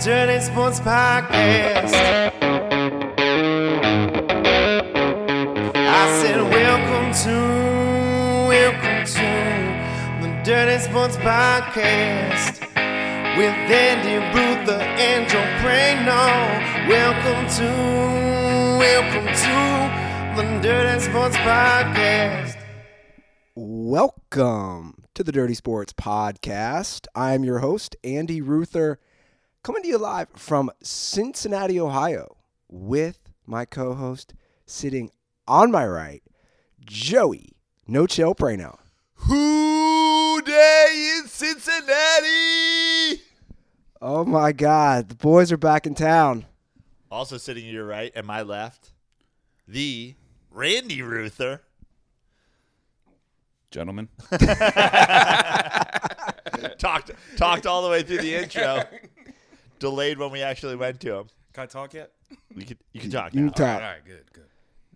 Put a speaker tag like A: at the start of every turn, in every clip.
A: Sports Podcast. I said, Welcome to, welcome to the Dirty Sports Podcast with Andy Ruther and Joe Prano. Welcome to, welcome to the Dirty Sports Podcast.
B: Welcome to the Dirty Sports Podcast. I am your host, Andy Ruther, coming to you live from Cincinnati, Ohio, with my co host sitting on my right, Joey No Chill Prano.
A: Who day in Cincinnati?
B: Oh my God, the boys are back in town.
C: Also sitting to your right and my left, the Randy Ruther.
D: gentlemen.
C: Talked talked all the way through the intro. Delayed when we actually went to him.
D: Can I talk yet?
C: You can you can talk
B: You
C: now.
B: can talk.
D: right, good, good.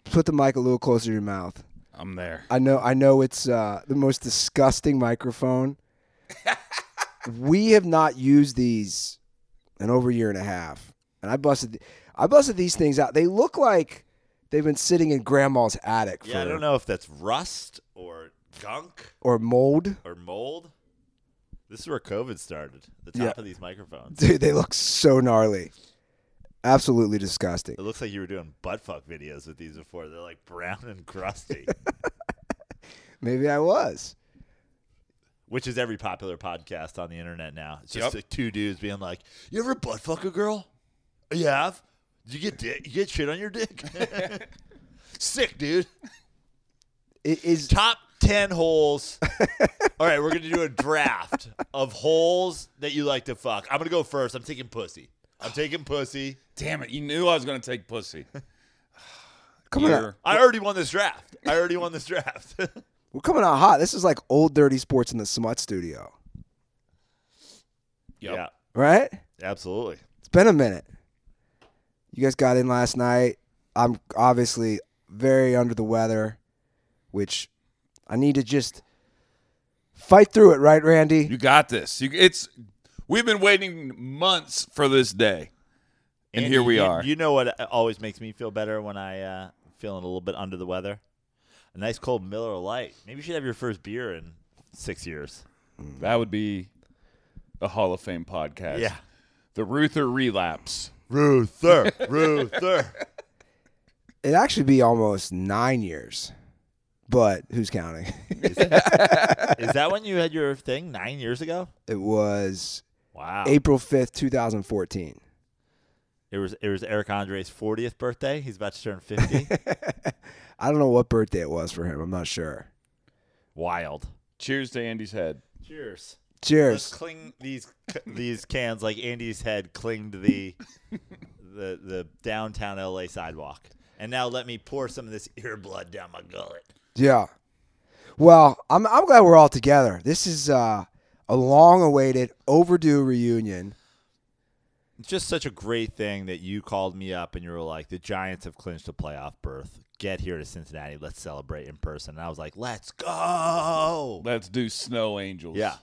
B: Put the mic a little closer to your mouth.
D: I'm there.
B: I know I know it's uh, the most disgusting microphone. we have not used these in over a year and a half. And I busted I busted these things out. They look like they've been sitting in grandma's attic for,
C: Yeah, I don't know if that's rust or gunk
B: or mold.
C: or mold. This is where COVID started. The top
B: Yeah.
C: of these microphones.
B: Dude, they look so gnarly. Absolutely disgusting.
C: It looks like you were doing butt fuck videos with these before. They're like brown and crusty,
B: Maybe I was.
C: which is every popular podcast on the internet now. It's just
D: Yep.
C: like two dudes being like, "You ever butt fuck a girl? You have? Did you get dick? You get shit on your dick? Sick, dude."
B: It is
C: top 10 holes. All right, we're going to do a draft of holes that you like to fuck. I'm going to go first. I'm taking pussy. I'm taking pussy.
D: Damn it, you knew I was gonna take pussy.
B: coming out,
D: You're-
C: I already won this draft. I already won this draft.
B: we're coming out hot. This is like old dirty sports in the smut studio.
D: Yep.
C: Yeah,
B: Right?
C: absolutely.
B: It's been a minute. You guys got in last night. I'm obviously very under the weather, which I need to just fight through it, right, Randy?
D: You got this. You, it's we've been waiting months for this day. And here we
C: you-
D: are.
C: You know what always makes me feel better when I uh feeling a little bit under the weather? A nice cold Miller Lite. Maybe you should have your first beer in 6 years.
D: That would be a Hall of Fame podcast.
C: Yeah.
D: The Ruther relapse.
C: Ruther, Ruther.
B: It'd actually be almost nine years, but who's counting?
C: Is that when you had your thing 9 years ago?
B: it was
C: Wow.
B: April 5th, 2014.
C: It was it was Eric Andre's 40th birthday. He's about to turn 50.
B: I don't know what birthday it was for him. I'm not sure.
C: Wild.
D: Cheers to Andy's head.
C: Cheers. Let's
B: Cheers.
C: cling these these cans like Andy's head clinged to the the the downtown LA sidewalk. And now let me pour some of this ear blood down my gullet.
B: Yeah. Well, I'm, I'm glad we're all together. This is uh, a long awaited, overdue reunion.
C: It's just such a great thing that you called me up and you were like, "The Giants have clinched a playoff berth. Get here to Cincinnati. Let's celebrate in person." And I was like, "Let's go."
D: Let's do snow angels.
C: Yeah.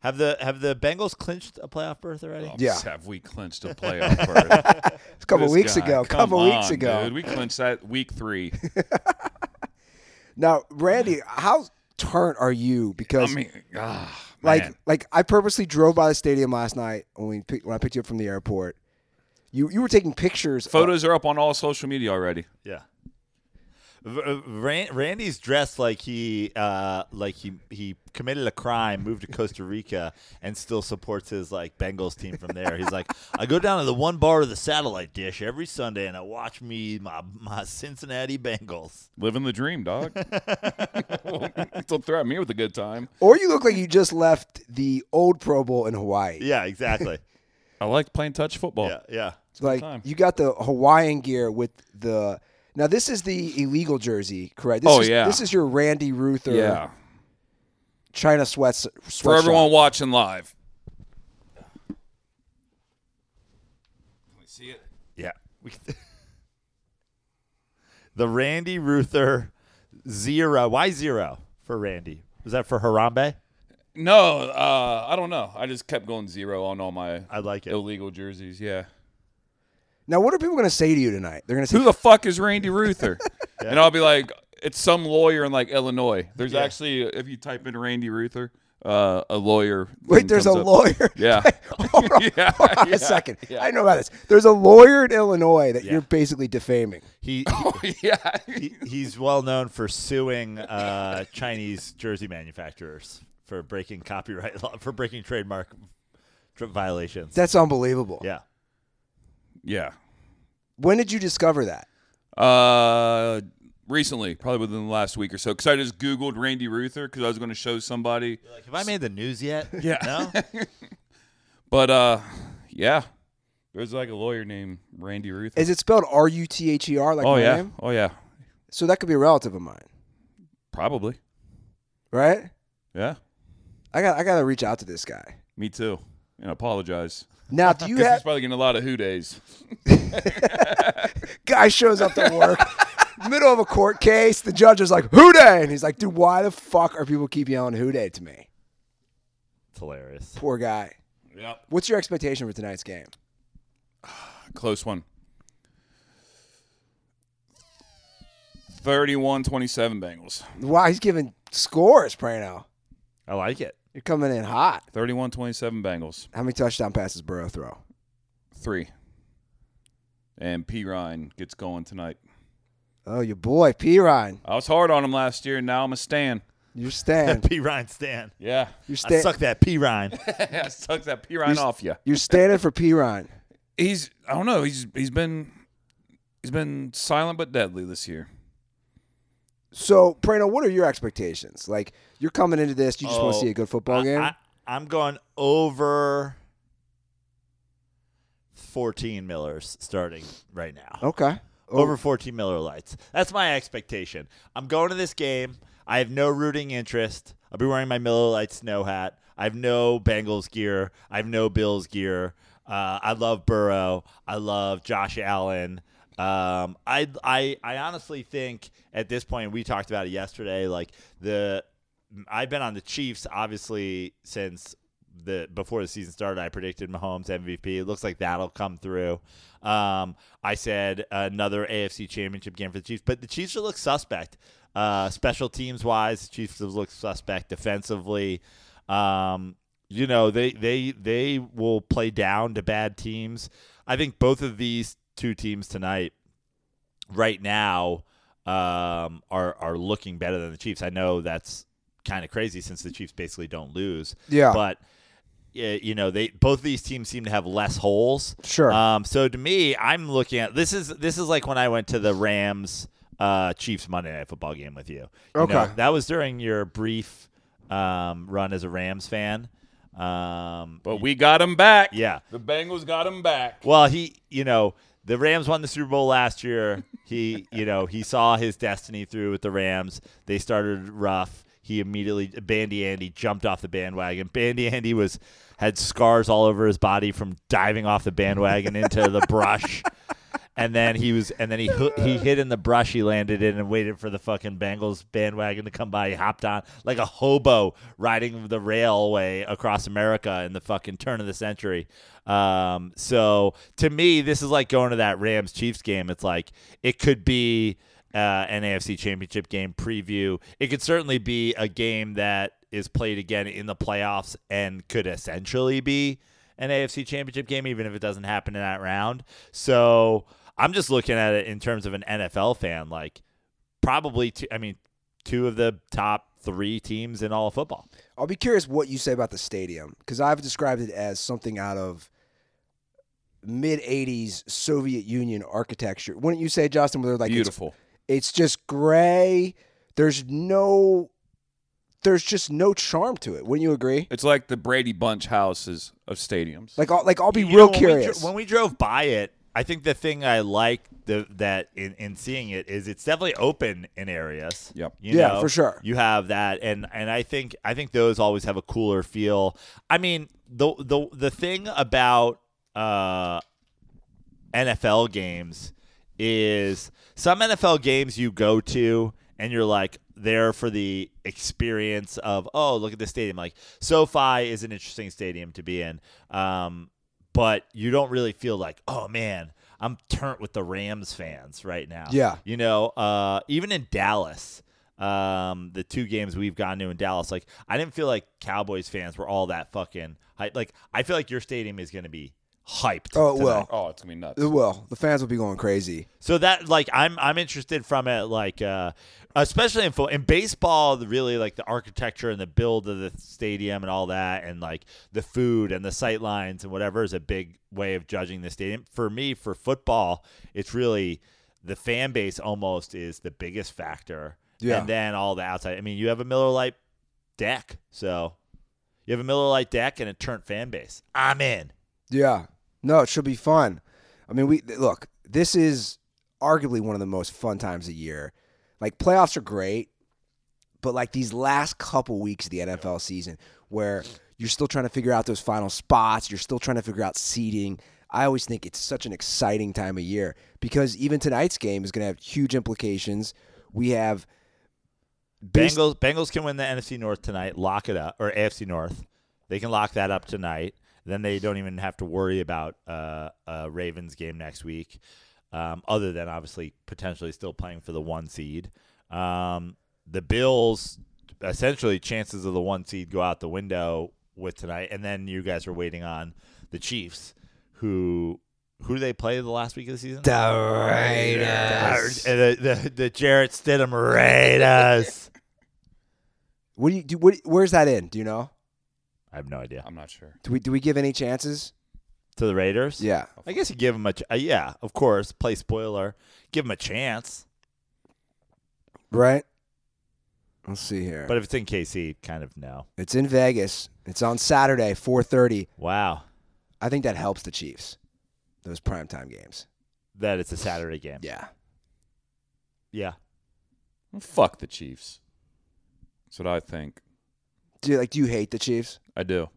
C: Have the have the Bengals clinched a playoff berth already?
D: Bumps,
B: Yeah.
D: Have Oh, we clinched a playoff berth?
B: a couple
D: This
B: weeks
D: guy.
B: ago. A couple
D: Come
B: weeks
D: on,
B: ago.
D: dude. We clinched that week three.
B: Now, Randy, how turned are you?
D: I
B: Because
D: mean, ah,
B: like
D: man.
B: like I purposely drove by the stadium last night when we pick, when I picked you up from the airport. You you were taking pictures. uh, of-
D: photos are up on all social media already.
C: Yeah. V- uh, Ran- Randy's dressed like he uh, like he he committed a crime, moved to Costa Rica, and still supports his like Bengals team from there. He's like, I go down to the one bar of the satellite dish every Sunday, and I watch me my my Cincinnati Bengals.
D: Living the dream, dog. Don't throw at me with a good time.
B: or you look like you just left the old Pro Bowl in Hawaii.
C: Yeah, exactly.
D: I like playing touch football.
C: yeah, yeah.
B: like
D: time.
B: you got the Hawaiian gear with the. Now this is the illegal jersey, correct? This
D: Oh,
B: is,
D: yeah.
B: This is your Randy Ruther
D: Yeah.
B: China sweats
D: For
B: sweatshop.
D: everyone watching live. See it?
C: Yeah. We, the Randy Ruther zero. Why zero for Randy? Was that for Harambe?
D: No, uh, I don't know. I just kept going zero on all my
C: I like it.
D: illegal jerseys. Yeah.
B: Now, what are people going to say to you tonight? They're going to say,
D: Who the fuck is Randy Ruther? And I'll be like, it's some lawyer in like Illinois. There's
C: Yeah.
D: actually, if you type in Randy Ruther, uh, a lawyer.
B: "Wait, there's a
D: comes up.
B: lawyer."
D: Yeah.
B: Hold on,
D: Yeah,
B: hold on
D: yeah,
B: a second.
D: yeah.
B: I know about this. There's a lawyer in Illinois that
C: Yeah.
B: you're basically defaming.
C: He,
D: yeah.
C: he he's well known for suing uh, Chinese jersey manufacturers for breaking copyright law for breaking trademark tr- violations.
B: That's unbelievable.
C: yeah.
D: Yeah.
B: When did you discover that?
D: Uh, recently, probably within the last week or so, because I just Googled Randy Ruther because I was going to show somebody.
C: Like, have I made the news yet?
D: Yeah.
C: No.
D: But uh, yeah, there's like a lawyer named Randy Ruther.
B: Is it spelled R U T H E R like
D: oh
B: my
D: yeah,
B: name?
D: oh yeah,
B: So that could be a relative of mine,
D: probably.
B: right?
D: Yeah,
B: I got I got to reach out to this guy.
D: me too. And apologize.
B: Now, do you
D: Because he's
B: have
D: probably getting a lot of who days.
B: guy shows up to work, middle of a court case, the judge is like, "Who day?" And he's like, "Dude, why the fuck are people keep yelling who day to me?"
C: It's hilarious.
B: Poor guy.
D: Yep.
B: What's your expectation for tonight's game?
D: Close one. 31-27 Bengals.
B: Wow, he's giving scores, Prano.
C: I like it.
B: You're coming in hot.
D: 31-27 Bengals.
B: How many touchdown passes Burrow throw?
D: Three. And P Ryan gets going tonight.
B: Oh, your boy P Ryan,
D: I was hard on him last year, and now I'm a stan.
B: you're staying.
C: P Ryan Stan.
D: Yeah,
B: You're
C: I
B: staying.
C: suck that P Ryan.
D: I suck that P Ryan
B: He's-
D: off you.
B: You're standing for P Ryan.
D: He's I don't know. He's he's been he's been silent but deadly this year.
B: So, Prano, what are your expectations? Like, you're coming into this, you just want to
C: Oh,
B: see a good football game.
C: I, am going over 14 Millers starting right now.
B: okay.
C: Over 14 Miller Lights. That's my expectation. I'm going to this game. I have no rooting interest. I'll be wearing my Miller Lite snow hat. I have no Bengals gear. I have no Bills gear. Uh, I love Burrow. I love Josh Allen. Um, I, I I honestly think at this point we talked about it yesterday. Like the I've been on the Chiefs obviously since the before the season started. I predicted Mahomes MVP. It looks like that'll come through. Um, I said another AFC Championship game for the Chiefs, but the Chiefs look suspect. Uh, special teams wise, the Chiefs have looked suspect defensively. Um, you know they they they will play down to bad teams. I think both of these two teams tonight right now um, are are looking better than the Chiefs. I know that's kind of crazy since the Chiefs basically don't lose.
B: Yeah.
C: But yeah, you know, they both of these teams seem to have less holes.
B: Sure.
C: Um, so to me, I'm looking at this is this is like when I went to the Rams uh, Chiefs Monday Night Football game with you. You
B: Okay.
C: know, that was during your brief um, run as a Rams fan. Um,
D: But we got him back.
C: yeah.
D: the Bengals got him back.
C: Well, he, you know, the Rams won the Super Bowl last year. He, you know, he saw his destiny through with the Rams. They started rough. He immediately Bandy Andy jumped off the bandwagon. Bandy Andy was had scars all over his body from diving off the bandwagon into the brush. And then he was, and then he hoo- he hid in the brush. He landed in and waited for the fucking Bengals bandwagon to come by. He hopped on like a hobo riding the railway across America in the fucking turn of the century. Um, so to me, this is like going to that Rams Chiefs game. It's like it could be uh, an AFC Championship game preview. It could certainly be a game that is played again in the playoffs and could essentially be an AFC championship game, even if it doesn't happen in that round. So I'm just looking at it in terms of an NFL fan. Like, probably, two, I mean, two of the top three teams in all of football.
B: I'll be curious what you say about the stadium because I've described it as something out of mid '80s Soviet Union architecture. Wouldn't you say, Justin? Where they're like, it's,
D: Beautiful.
B: it's just gray. There's no, there's just no charm to it. Wouldn't you agree?
D: It's like the Brady Bunch houses of stadiums.
B: Like, I'll, like I'll be
C: You
B: real
C: know, when we dro-
B: curious.
C: when we drove by it, I think the thing I like the, that in, in seeing it is it's definitely open in areas.
D: Yep.
C: You
B: Yeah,
C: know,
B: for sure.
C: You have that, and and I think I think those always have a cooler feel. I mean, the the the thing about uh, NFL games is some NFL games you go to and you're like, there for the experience of oh look at this stadium like SoFi is an interesting stadium to be in um, but you don't really feel like oh man I'm turnt with the Rams fans right now
B: Yeah.
C: you know uh, even in Dallas um, the two games we've gone to in Dallas like I didn't feel like Cowboys fans were all that fucking hype like I feel like your stadium is gonna be hyped
B: Oh, it
C: tonight.
B: will.
D: Oh, it's gonna be nuts.
B: Well, the fans will be going crazy.
C: So that like I'm I'm interested from it like uh especially in fo- in baseball the really like the architecture and the build of the stadium and all that and like the food and the sight lines and whatever is a big way of judging the stadium. For me for football it's really the fan base almost is the biggest factor.
B: Yeah.
C: And then all the outside. I mean, you have a Miller Lite deck. So you have a Miller Lite deck and a turnt fan base. I'm in.
B: Yeah. No, it should be fun. I mean, we look, this is arguably one of the most fun times of year. Like playoffs are great, but like these last couple weeks of the NFL season where you're still trying to figure out those final spots, you're still trying to figure out seeding. I always think it's such an exciting time of year because even tonight's game is going to have huge implications. We have based-
C: Bengals Bengals can win the NFC North tonight. Lock it up or AFC North. They can lock that up tonight. Then they don't even have to worry about uh, a Ravens game next week, um, other than obviously potentially still playing for the one seed. Um, the Bills, essentially, chances of the one seed go out the window with tonight. And then you guys are waiting on the Chiefs, who who do they play the last week of the season?
B: the
C: Uh, The, the, the Jarrett Stidham Raiders.
B: What do you do? What, where's that in? Do you know?
C: I have no idea.
D: I'm not sure.
B: Do we do we give any chances?
C: To the Raiders?
B: Yeah.
C: I guess you give them a ch- uh, yeah, of course. Play spoiler. Give them a chance.
B: Right? Let's see here.
C: But if it's in KC, kind of no.
B: It's in Vegas. It's on Saturday, 4:30.
C: Wow,
B: I think that helps the Chiefs. Those primetime games.
C: that it's a Saturday game.
B: Yeah.
C: Yeah.
D: Well, fuck the Chiefs. That's what I think.
B: Do you, like do you hate the Chiefs?
D: I do.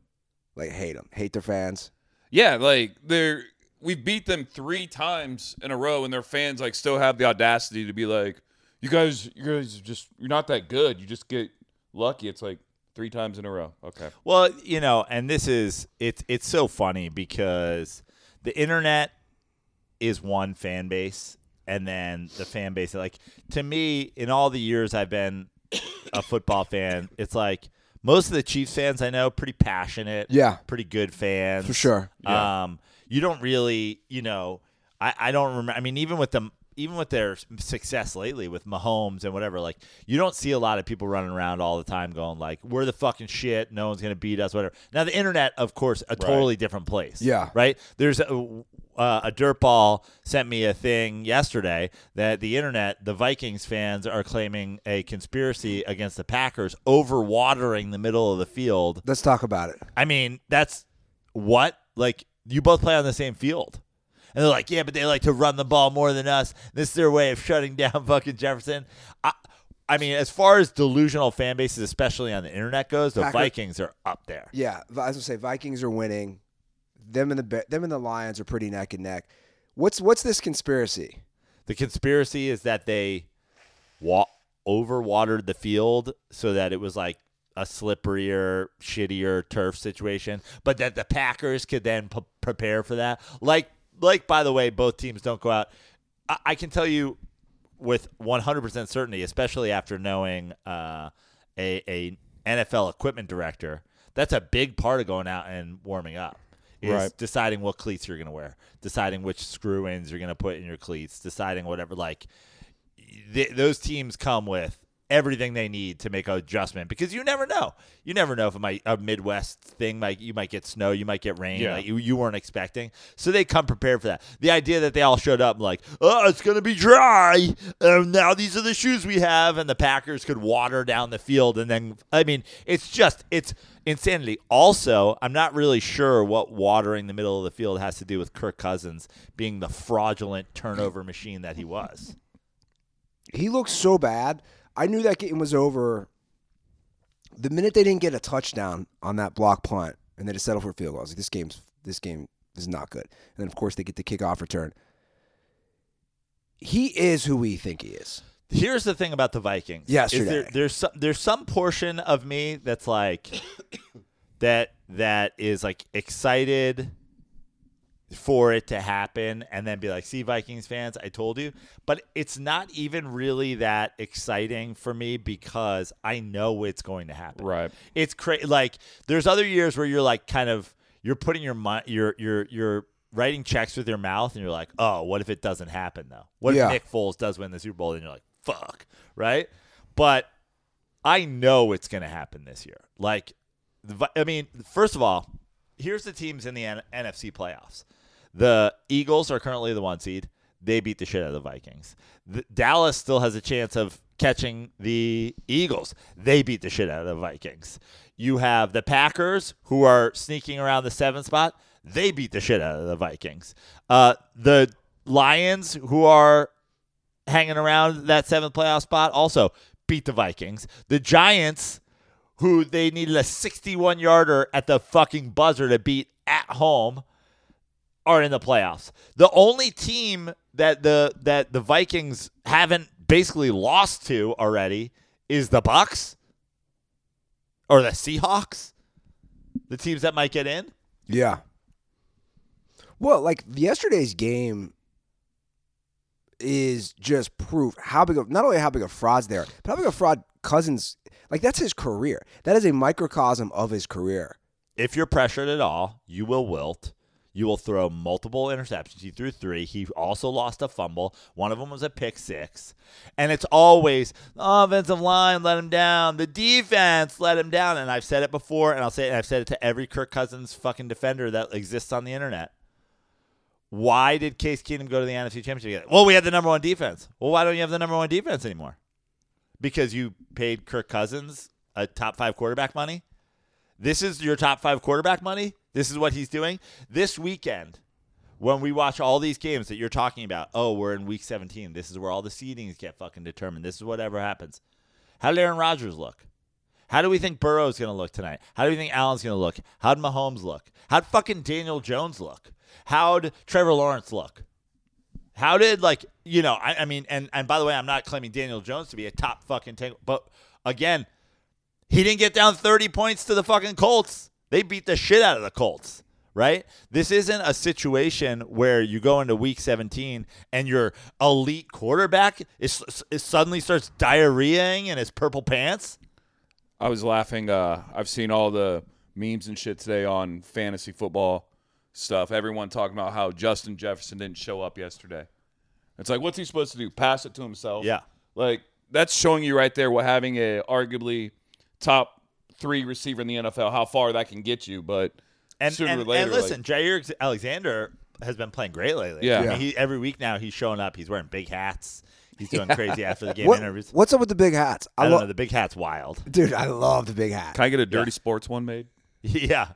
B: Like hate them. Hate their fans.
D: Yeah, like they're we beat them three times in a row, and their fans like still have the audacity to be like, "You guys, you guys are just you're not that good. You just get lucky." It's like three times in a row. Okay,
C: Well, you know, and this is it's it's so funny because the internet is one fan base, and then the fan base like to me in all the years I've been a football fan, it's like most of the Chiefs fans I know pretty passionate.
B: Yeah.
C: pretty good fans
B: For sure.
D: Yeah.
C: Um, you don't really, you know, I, I don't remember. I mean, even with them, even with their s- success lately with Mahomes and whatever, like you don't see a lot of people running around all the time going like, "We're the fucking shit. No one's gonna beat us." Whatever. Now the internet, of course, a totally different place.
B: Yeah.
C: Right. There's a, uh, a dirtball sent me a thing yesterday that the internet, the Vikings fans are claiming a conspiracy against the Packers over watering the middle of the field
B: Let's talk about it.
C: I mean, that's what? Like, you both play on the same field. And they're like, yeah, but they like to run the ball more than us. This is their way of shutting down fucking Jefferson. I, I mean, as far as delusional fan bases, especially on the internet goes, the
B: Packer-
C: Vikings are up there.
B: Yeah, I was gonna say Vikings are winning. Them and the Ba- them and the Lions are pretty neck and neck. What's what's this conspiracy?
C: The conspiracy is that they wa- overwatered the field so that it was like a slipperier, shittier turf situation, but that the Packers could then p- prepare for that. Like, like by the way, both teams don't go out. I, I can tell you with 100% certainty, especially after knowing uh, a, a NFL equipment director, that's a big part of going out and warming up. Is
D: Right.
C: deciding what cleats you're gonna wear, deciding which screw ins you're gonna put in your cleats, deciding whatever. Like, th- those teams come with everything they need to make an adjustment because you never know. You never know if it might, a Midwest thing might you might get snow, you might get rain
D: Yeah.
C: like you, you weren't expecting. So they come prepared for that. The idea that they all showed up like, oh, it's gonna be dry. Um, now these are the shoes we have, and the Packers could water down the field, and then I mean, it's just it's insanity. Also, I'm not really sure what watering the middle of the field has to do with Kirk Cousins being the fraudulent turnover machine that he was.
B: He looked so bad. I knew that game was over the minute they didn't get a touchdown on that block punt and they just settled for a field goal. I was like, this game's this game is not good. And then of course they get the kickoff return. He is who we think he is.
C: Here's the thing about the Vikings.
B: Yesterday.
C: Is there, there's some, there's some portion of me that's like that that is like excited for it to happen and then be like, "See Vikings fans, I told you." But it's not even really that exciting for me because I know it's going to happen.
D: Right.
C: It's crazy. Like there's other years where you're like kind of you're putting your mi- your your your writing checks with your mouth and you're like, "Oh, what if it doesn't happen though? What
B: Yeah.
C: if Nick Foles does win the Super Bowl?" And you're like, "Fuck." Right? But I know it's going to happen this year. Like, the, Vi- I mean, first of all, here's the teams in the N- NFC playoffs. The Eagles are currently the one seed. They beat the shit out of the Vikings. The, Dallas still has a chance of catching the Eagles. They beat the shit out of the Vikings. You have the Packers, who are sneaking around the seventh spot. They beat the shit out of the Vikings. Uh, the Lions, who are hanging around that seventh playoff spot also beat the Vikings. The Giants, who they needed a 61 yarder at the fucking buzzer to beat at home, are in the playoffs. The only team that the that the Vikings haven't basically lost to already is the Bucks or the Seahawks. The teams that might get in.
B: Yeah. Well, like yesterday's game is just proof how big of not only how big of frauds there, but how big of fraud Cousins like that's his career. That is a microcosm of his career.
C: if you're pressured at all, you will wilt. You will throw multiple interceptions. He threw three. He also lost a fumble. One of them was a pick six. And it's always the offensive line let him down. The defense let him down. And I've said it before, and I'll say it. And I've said it to every Kirk Cousins fucking defender that exists on the internet. Why did Case Keenum go to the NFC Championship? game? Well, we had the number one defense. Well, why don't you have the number one defense anymore? Because you paid Kirk Cousins a top five quarterback money this is your top five quarterback money. This is what he's doing. This weekend, when we watch all these games that you're talking about, oh, we're in week 17. This is where all the seedings get fucking determined. This is whatever happens. How did Aaron Rodgers look? How do we think Burrow's going to look tonight? How do we think Allen's going to look? How'd Mahomes look? How'd fucking Daniel Jones look? How'd Trevor Lawrence look? How did like you know? I, I mean, and and by the way, I'm not claiming Daniel Jones to be a top fucking tangle, but again, he didn't get down 30 points to the fucking Colts. They beat the shit out of the Colts, right? This isn't a situation where you go into week 17 and your elite quarterback is, is suddenly starts diarrheaing in his purple pants.
D: I was laughing. Uh, I've seen all the memes and shit today on fantasy football stuff. Everyone talking about how Justin Jefferson didn't show up yesterday. It's like, what's he supposed to do? Pass it to himself?
C: Yeah.
D: Like that's showing you right there what having a arguably top three receiver in the NFL, how far that can get you. But
C: And,
D: sooner
C: and,
D: or later,
C: and
D: like-
C: listen, Jair Alexander has been playing great lately.
D: Yeah.
C: I mean,
D: Yeah.
C: he, every week now he's showing up. He's wearing big hats. He's doing crazy after the game
B: What,
C: interviews.
B: what's up with the big hats?
C: I
B: I,
C: don't
B: love
C: know. The big hat's wild.
B: dude, I love the big hat.
D: can I get a dirty sports one made?
C: Yeah.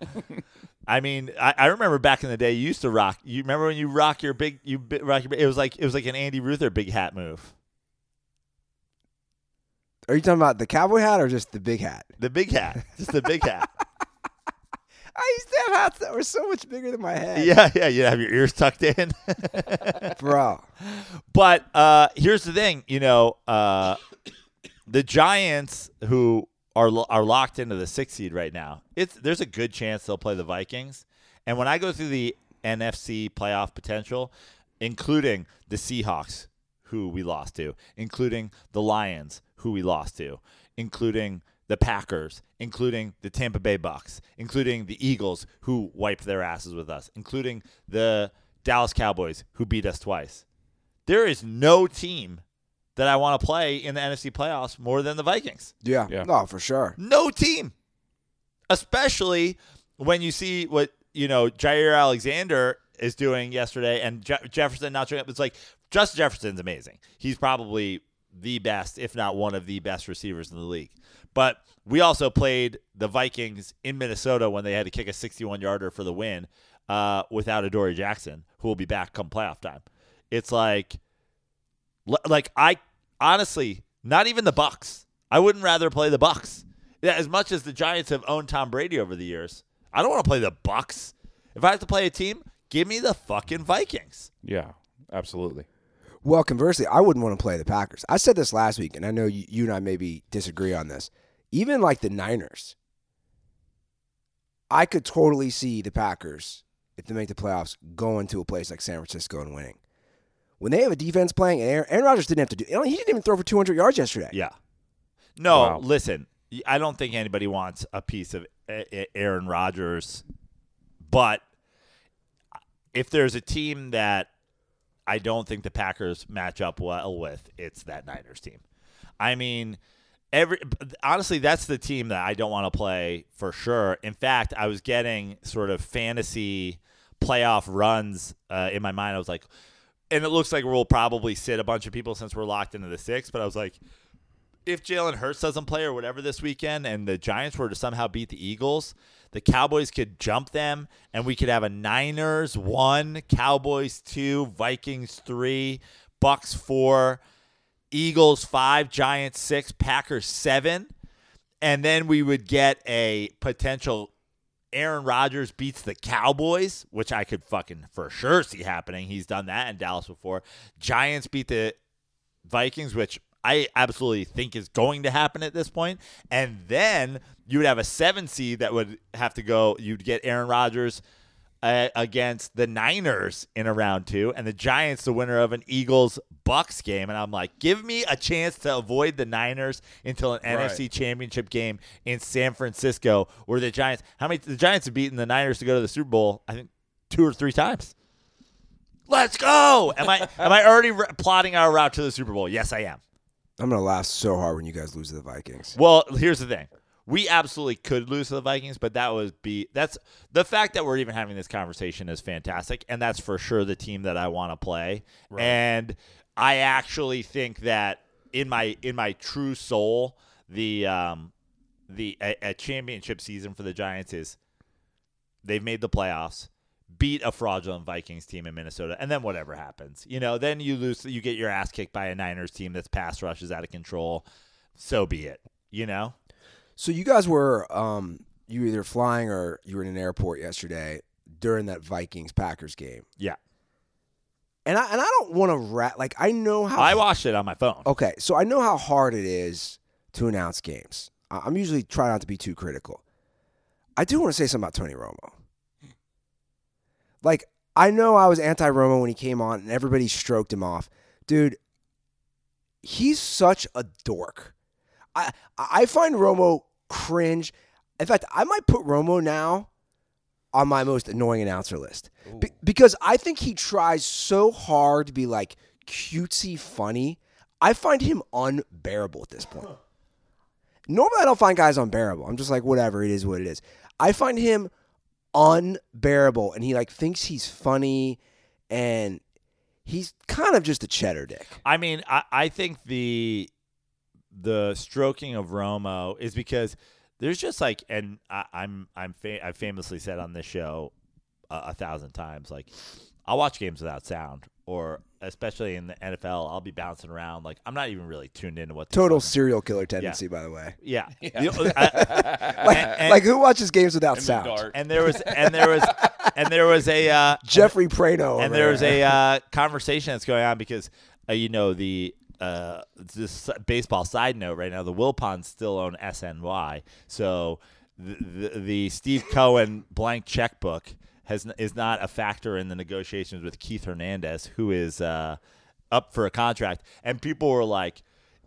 C: I mean, I, I remember back in the day, you used to rock. You remember when you rock your big, you bi- rock your. big- It was like it was like an Andy Ruther big hat move.
B: Are you talking about the cowboy hat or just the big hat?
C: The big hat, just the big hat.
B: I used to have hats that were so much bigger than my head.
C: Yeah, yeah. You have your ears tucked in.
B: Bro.
C: but uh, here's the thing, you know, uh, the Giants who are lo- are locked into the sixth seed right now. It's there's a good chance they'll play the Vikings. And when I go through the NFC playoff potential, including the Seahawks, who we lost to, including the Lions, who we lost to, including the Packers, including the Tampa Bay Bucks, including the Eagles, who wiped their asses with us, including the Dallas Cowboys, who beat us twice there is no team that I want to play in the NFC playoffs more than the Vikings.
B: Yeah.
D: Yeah.
B: No, for sure.
C: No team. Especially when you see what, you know, Jair Alexander is doing yesterday and Je- Jefferson not showing up. It's like Justin Jefferson's amazing. He's probably the best, if not one of the best receivers in the league. But we also played the Vikings in Minnesota when they had to kick a 61 yarder for the win uh, without Adoree Jackson, who will be back come playoff time. It's like L- like I honestly, not even the Bucks. I wouldn't rather play the Bucks. Yeah, as much as the Giants have owned Tom Brady over the years, I don't want to play the Bucks. If I have to play a team, give me the fucking Vikings.
D: Yeah, absolutely.
B: Well, conversely, I wouldn't want to play the Packers. I said this last week, and I know you, you and I maybe disagree on this. Even like the Niners, I could totally see the Packers, if they make the playoffs, going to a place like San Francisco and winning. When they have a defense playing, and Aaron, Aaron Rodgers didn't have to do. He didn't even throw for 200 yards yesterday.
C: Yeah. No,
D: Wow.
C: listen. I don't think anybody wants a piece of A- A- Aaron Rodgers, but if there's a team that I don't think the Packers match up well with, it's that Niners team. I mean, every honestly, that's the team that I don't want to play for sure. In fact, I was getting sort of fantasy playoff runs uh, in my mind. I was like, and it looks like we'll probably sit a bunch of people since we're locked into the six. But I was like, if Jalen Hurts doesn't play or whatever this weekend, and the Giants were to somehow beat the Eagles, the Cowboys could jump them, and we could have a Niners one, Cowboys two, Vikings three, Bucks four, Eagles five, Giants six, Packers seven, and then we would get a potential Aaron Rodgers beats the Cowboys, which I could fucking for sure see happening. He's done that in Dallas before. Giants beat the Vikings, which I absolutely think is going to happen at this point. And then you would have a seven seed that would have to go. You'd get Aaron Rodgers uh, against the Niners in a round two, and the Giants, the winner of an Eagles Bucks game. And I'm like, give me a chance to avoid the Niners until an NFC Championship game in San Francisco, where the Giants. How many the Giants have beaten the Niners to go to the Super Bowl? I think two or three times. Let's go. Am I am I already re- plotting our route to the Super Bowl? Yes, I am.
B: I'm going to laugh so hard when you guys lose to the Vikings.
C: Well, here's the thing. We absolutely could lose to the Vikings, but that would be that's the fact that we're even having this conversation is fantastic, and that's for sure the team that I want to play. And I actually think that in my in my true soul, the um the a, a championship season for the Giants is they've made the playoffs beat a fraudulent Vikings team in Minnesota, and then whatever happens, you know, then you lose, you get your ass kicked by a Niners team that's pass rush is out of control. So be it, you know.
B: So you guys were um, you were either flying or you were in an airport yesterday during that Vikings Packers game.
C: Yeah,
B: And I and I don't want to rat like I know how
C: I watched it on my phone.
B: Okay, so I know how hard it is to announce games. I- I'm usually trying not to be too critical. I do want to say something about Tony Romo. Like, I know I was anti Romo when he came on and everybody stroked him off. Dude, he's such a dork. I I find Romo cringe. In fact, I might put Romo now on my most annoying announcer list Be- because I think he tries so hard to be like cutesy funny. I find him unbearable at this point. Normally, I don't find guys unbearable. I'm just like, whatever, it is what it is. I find him unbearable, and he like thinks he's funny, and he's kind of just a cheddar dick.
C: I mean, I, I think the the stroking of Romo is because there's just like, and I, I'm I'm fa- I famously said on this show a, a thousand times, like I'll watch games without sound, or especially in the NFL, I'll be bouncing around, like I'm not even really tuned into what the
B: Total
C: fuck-
B: serial killer tendency, by the way.
C: Yeah. You- I-
B: Like,
C: And-
B: like who watches games without
D: In the
B: sound?
D: dark.
C: and there was and there was and there was a uh,
B: Jeffrey Prano.
C: and
B: over
C: there was a uh, conversation that's going on because uh, you know the uh, this baseball side note right now the Wilpons still own SNY, so the the, the Steve Cohen blank checkbook has n- is not a factor in the negotiations with Keith Hernandez, who is uh, up for a contract, and people were like.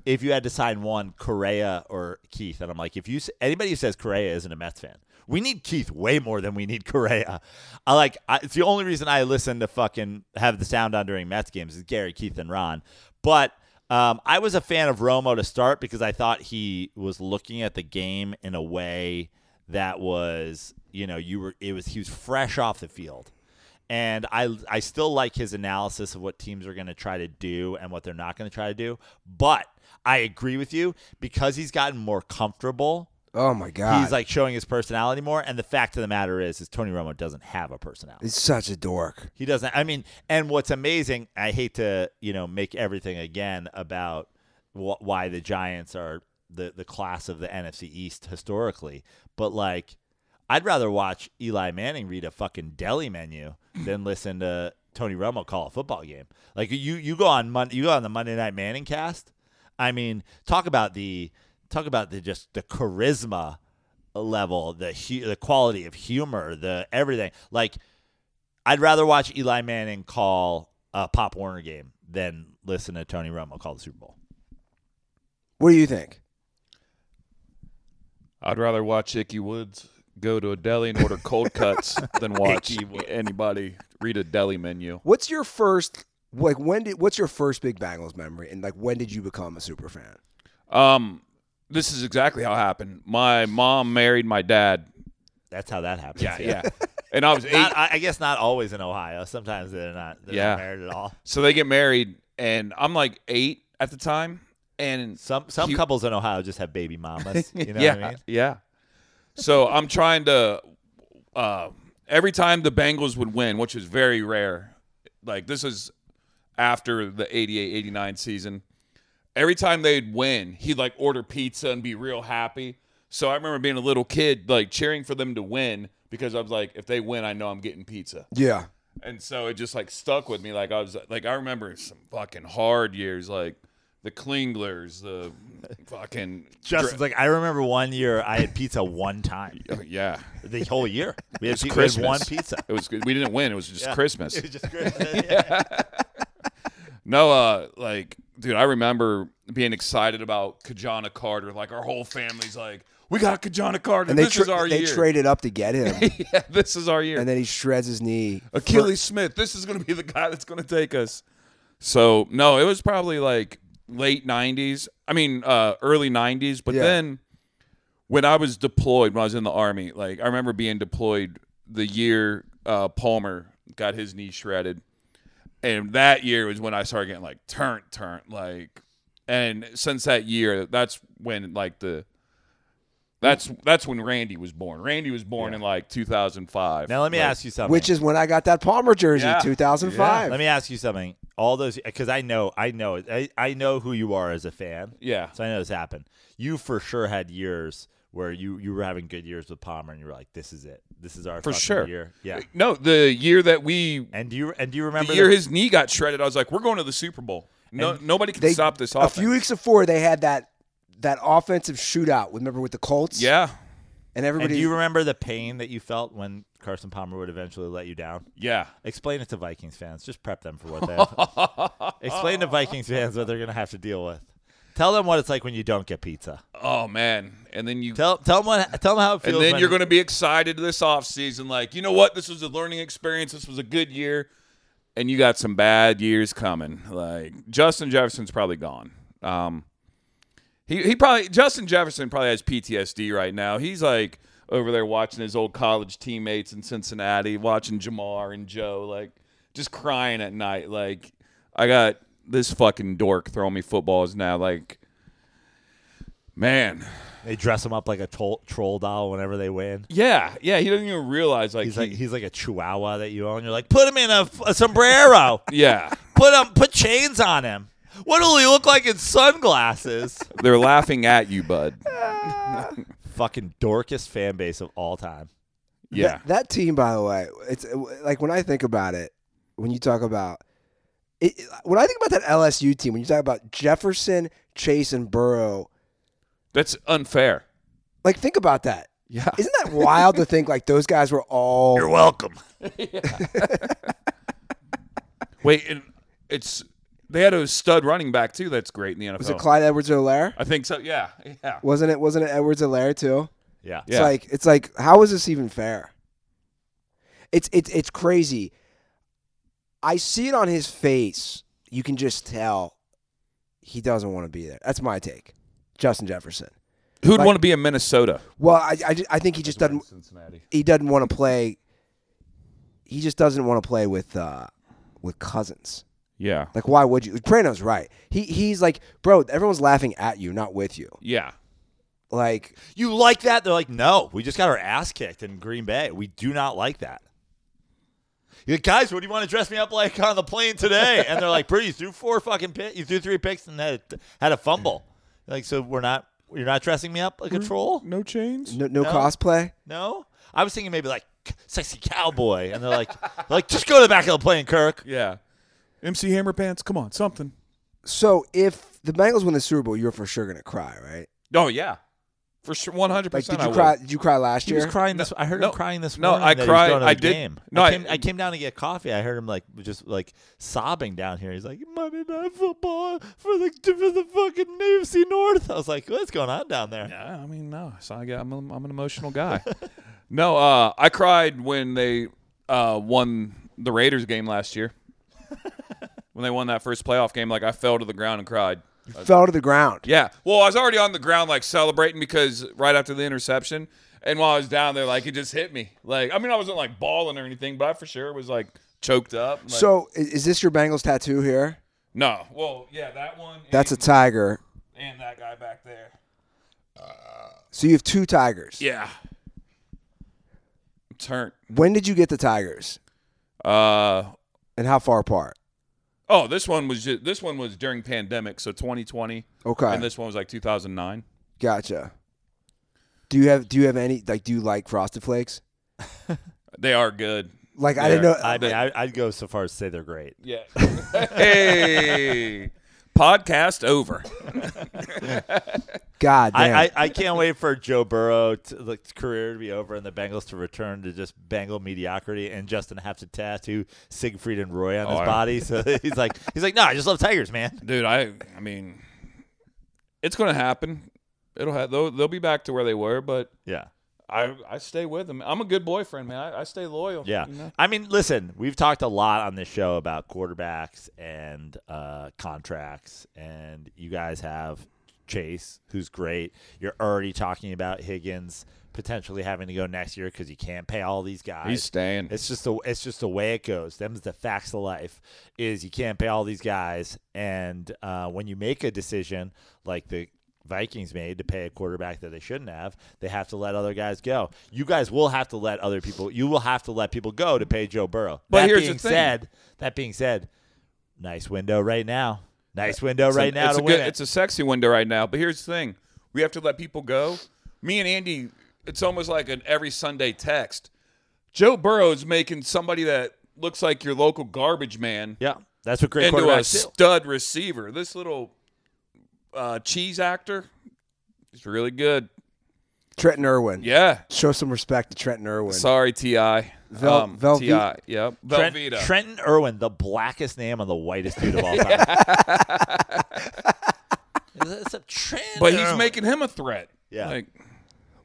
C: If you had to sign one, Correa or Keith, and I'm like, if you s- anybody who says Correa isn't a Mets fan, we need Keith way more than we need Correa. I like I, it's the only reason I listen to fucking have the sound on during Mets games is Gary, Keith, and Ron. But um, I was a fan of Romo to start because I thought he was looking at the game in a way that was you know you were it was he was fresh off the field. And I, I still like his analysis of what teams are going to try to do and what they're not going to try to do. But I agree with you because he's gotten more comfortable
B: Oh my god,
C: he's like showing his personality more. And the fact of the matter is, is Tony Romo doesn't have a personality.
B: he's such a dork.
C: He doesn't. I mean, and what's amazing, I hate to you know make everything again about wh- why the Giants are the the class of the NFC East historically, but like. I'd rather watch Eli Manning read a fucking deli menu than listen to Tony Romo call a football game. Like you, you go on Mon- you go on the Monday Night Manning cast. I mean, talk about the talk about the just the charisma level, the hu- the quality of humor, the everything. Like I'd rather watch Eli Manning call a Pop Warner game than listen to Tony Romo call the Super Bowl.
B: What do you think?
D: I'd rather watch Icky Woods go to a deli and order cold cuts than watch
C: Icky Woods.
D: anybody read a deli menu.
B: What's your first like? When did what's your first big Bengals memory? And like, when did you become a super fan?
D: Um, this is exactly how it happened. My mom married my dad.
C: That's how that happens.
D: Yeah, yeah. And I was eight.
C: Not, I I guess not always in Ohio. Sometimes they're not. They're
D: Yeah.
C: not married at all.
D: so they get married, and I'm like eight at the time. And
C: Some some
D: You-
C: couples in Ohio just have baby mamas. You know
D: yeah,
C: what I mean?
D: yeah. So I'm trying to. Uh, every time the Bengals would win, which is very rare, like this is after the 88-89 season. Every time they'd win, he'd like order pizza and be real happy. So I remember being a little kid, like cheering for them to win because I was like, if they win, I know I'm getting pizza.
B: Yeah,
D: And so it just like stuck with me. Like I was like I remember some fucking hard years, like the Klinglers, the fucking
C: Justin's like, I remember one year I had pizza one time
D: yeah.
C: the whole year. We had,
D: It's
C: pe- we had
D: Christmas.
C: one pizza.
D: It was we didn't win. It was just
C: Yeah.
D: Christmas.
C: It was just Christmas. Yeah.
D: No, uh, like dude, I remember being excited about Kajana Carter. Like our whole family's like, we got Kajana Carter.
B: and they
D: this
B: tra-
D: is our
B: they
D: year.
B: traded up to get him,
D: yeah, this is our year.
B: and then he shreds his knee.
D: Achilles Smith. This is going to be the guy that's going to take us. So no, it was probably like late '90s. I mean, uh, early '90s. But
B: Yeah.
D: then when I was deployed, when I was in the army, like I remember being deployed the year uh, Palmer got his knee shredded, and that year was when I started getting like turnt, turnt, like. And since that year, that's when like the. That's that's when Randy was born. Randy was born in like 2005.
C: Now let me
D: Like,
C: ask you something.
B: Which is when I got that Palmer jersey,
D: Yeah.
B: 2005.
C: let me ask you something. All those because I know I know it. I, I know who you are as a fan.
D: yeah.
C: So I know this happened. You for sure had years where you you were having good years with Palmer, and you were like, "This is it. This is our
D: For
C: fucking
D: sure.
C: year." Yeah.
D: No, the year that we,
C: And do you and do you
D: the
C: remember
D: year
C: the-
D: his knee got shredded, I was like, we're going to the Super Bowl. No, nobody can
B: They-
D: stop this
B: a
D: offense.
B: few weeks before they had that that offensive shootout. Remember with the Colts?
D: yeah,
B: and
C: And
B: everybody.
C: do you remember the pain that you felt when Carson Palmer would eventually let you down?
D: yeah.
C: Explain it to Vikings fans. Just prep them for what they have. Explain to Vikings fans what they're going to have to deal with. Tell them what it's like when you don't get pizza.
D: Oh man, and then you,
C: Tell tell them what, tell them how it feels.
D: and then
C: when-
D: you're going to be excited this offseason. Like, you know what? This was a learning experience. This was a good year, and you got some bad years coming. Like Justin Jefferson's probably gone. Um, he he probably Justin Jefferson probably has PTSD right now. He's like over there watching his old college teammates in Cincinnati, watching Jamar and Joe, like just crying at night. Like I got this fucking dork throwing me footballs now. Like man,
C: they dress him up like a tol- troll doll whenever they win.
D: yeah, yeah. He doesn't even realize like
C: He's
D: he-
C: like he's like a chihuahua that you own. You're like put him in a, f- a sombrero.
D: yeah.
C: put him put chains on him. What will he look like in sunglasses?
D: They're laughing at you, bud.
C: Fucking dorkest fan base of all time.
D: Yeah.
B: That team, by the way, it's like when I think about it, when you talk about it, when I think about that LSU team, when you talk about Jefferson, Chase, and Burrow,
D: That's unfair.
B: like think about that.
D: Yeah.
B: Isn't that wild to think like those guys were all
C: You're welcome.
D: Wait, and it's they had a stud running back too that's great in the NFL.
B: was it Clyde Edwards Alaire?
D: I think so. Yeah. Yeah.
B: Wasn't it wasn't it Edwards Alaire too?
C: Yeah.
B: It's like it's like how is this even fair? It's it's it's crazy. I see it on his face. You can just tell he doesn't want to be there. That's my take. Justin Jefferson.
D: Who'd
B: Like-
D: want to be in Minnesota?
B: Well, I I, ju- I think he just doesn't
D: Cincinnati.
B: he doesn't want to play. He just doesn't want to play with uh with cousins.
D: Yeah.
B: Like why would you? Prano's right. He he's like, bro, everyone's laughing at you, not with you.
D: Yeah.
B: Like
C: You like that? They're like, no, we just got our ass kicked in Green Bay. We do not like that. You're like, guys, what do you want to dress me up like on the plane today? And they're like, pretty, you threw four fucking picks. You threw three picks and had a, had a fumble. Mm-hmm. You're like, so we're not, you're not dressing me up like a troll?
D: No chains.
B: no no,
C: No.
B: cosplay.
C: No? I was thinking maybe like sexy cowboy, and they're like, like just go to the back of the plane, Kirk.
D: Yeah. MC Hammer pants. Come on, something.
B: So if the Bengals win the Super Bowl, you're for sure gonna cry, right?
D: Oh yeah, for sure, one hundred
B: Like, did
D: percent.
B: you
D: I
B: cry?
D: Would.
B: Did you cry last
C: He
B: year?
C: was crying. This, I heard
D: No.
C: him crying this
D: No,
C: morning.
D: I
C: that he was
D: cried-
C: going to
D: I
C: the
D: did-
C: Game.
D: no,
C: I
D: I-
C: came, I came down to get coffee. I heard him like just like sobbing down here. He's like Monday Night Football for the for the fucking AFC North. I was like, what's going on down there?
D: Yeah, I mean, no, so I got, I'm, a, I'm an emotional guy. no, uh, I cried when they uh, won the Raiders game last year. when they won that first playoff game, like I fell to the ground and cried.
B: Fell to the ground.
D: Yeah. Well, I was already on the ground like celebrating because right after the interception, and while I was down there, like it just hit me. Like I mean, I wasn't like bawling or anything, but I for sure was like choked up. Like,
B: So i- is this your Bengals tattoo here?
D: no. Well, yeah, that one.
B: That's a tiger.
D: and that guy back there.
B: So you have two tigers.
D: Yeah. It's hurt.
B: When did you get the tigers,
D: Uh
B: and how far apart?
D: oh, this one was just, this one was during pandemic, so 2020,
B: Okay,
D: and this one was like 2009.
B: gotcha. Do you have Do you have any like Do you like Frosted Flakes?
D: They are good.
B: Like I didn't know.
C: I mean, I, I'd go so far as to say they're great.
D: Uh, Yeah. hey, podcast over.
B: God damn.
C: I, I, I can't wait for Joe Burrow to, like, career to be over and the Bengals to return to just Bengal mediocrity and Justin have to tattoo Siegfried and Roy on his
D: Oh, I-
C: body. So he's like, he's like, no, I just love tigers, man.
D: Dude, I I mean, it's gonna happen. It'll have they'll, they'll be back to where they were, but
C: Yeah.
D: I I stay with them. I'm a good boyfriend, man. I, I stay loyal.
C: Yeah.
D: you know?
C: I mean, listen, we've talked a lot on this show about quarterbacks and uh, contracts, and you guys have Chase, who's great. You're already talking about Higgins potentially having to go next year because you can't pay all these guys.
D: He's staying.
C: It's just the it's just the way it goes. Them's the facts of life. Is you can't pay all these guys, and uh, when you make a decision like the Vikings made to pay a quarterback that they shouldn't have, they have to let other guys go. You guys will have to let other people. You will have to let people go to pay Joe Burrow.
D: But
C: that
D: here's the
C: being
D: thing.
C: said, that being said, nice window right now. Nice window
D: It's a-
C: right now
D: it's
C: to
D: a
C: win
D: good-
C: it.
D: It's a sexy window right now. But here's the thing: we have to let people go. Me and Andy, it's almost like an every Sunday text. Joe Burrow's making somebody that looks like your local garbage man
C: yeah, that's what great
D: into a
C: quarterbacks do.
D: stud receiver. This little uh, cheese actor, he's really good.
B: Trenton Irwin.
D: Yeah.
B: Show some respect to Trenton Irwin.
D: Sorry, Ti.
B: Vel- Velve-
D: Ti. Yep.
C: Trent-
D: Velveeta.
C: Trenton Irwin, the blackest name on the whitest dude of all time. It's a Trent
D: but he's
C: Irwin.
D: making him a threat.
C: Yeah.
D: Like,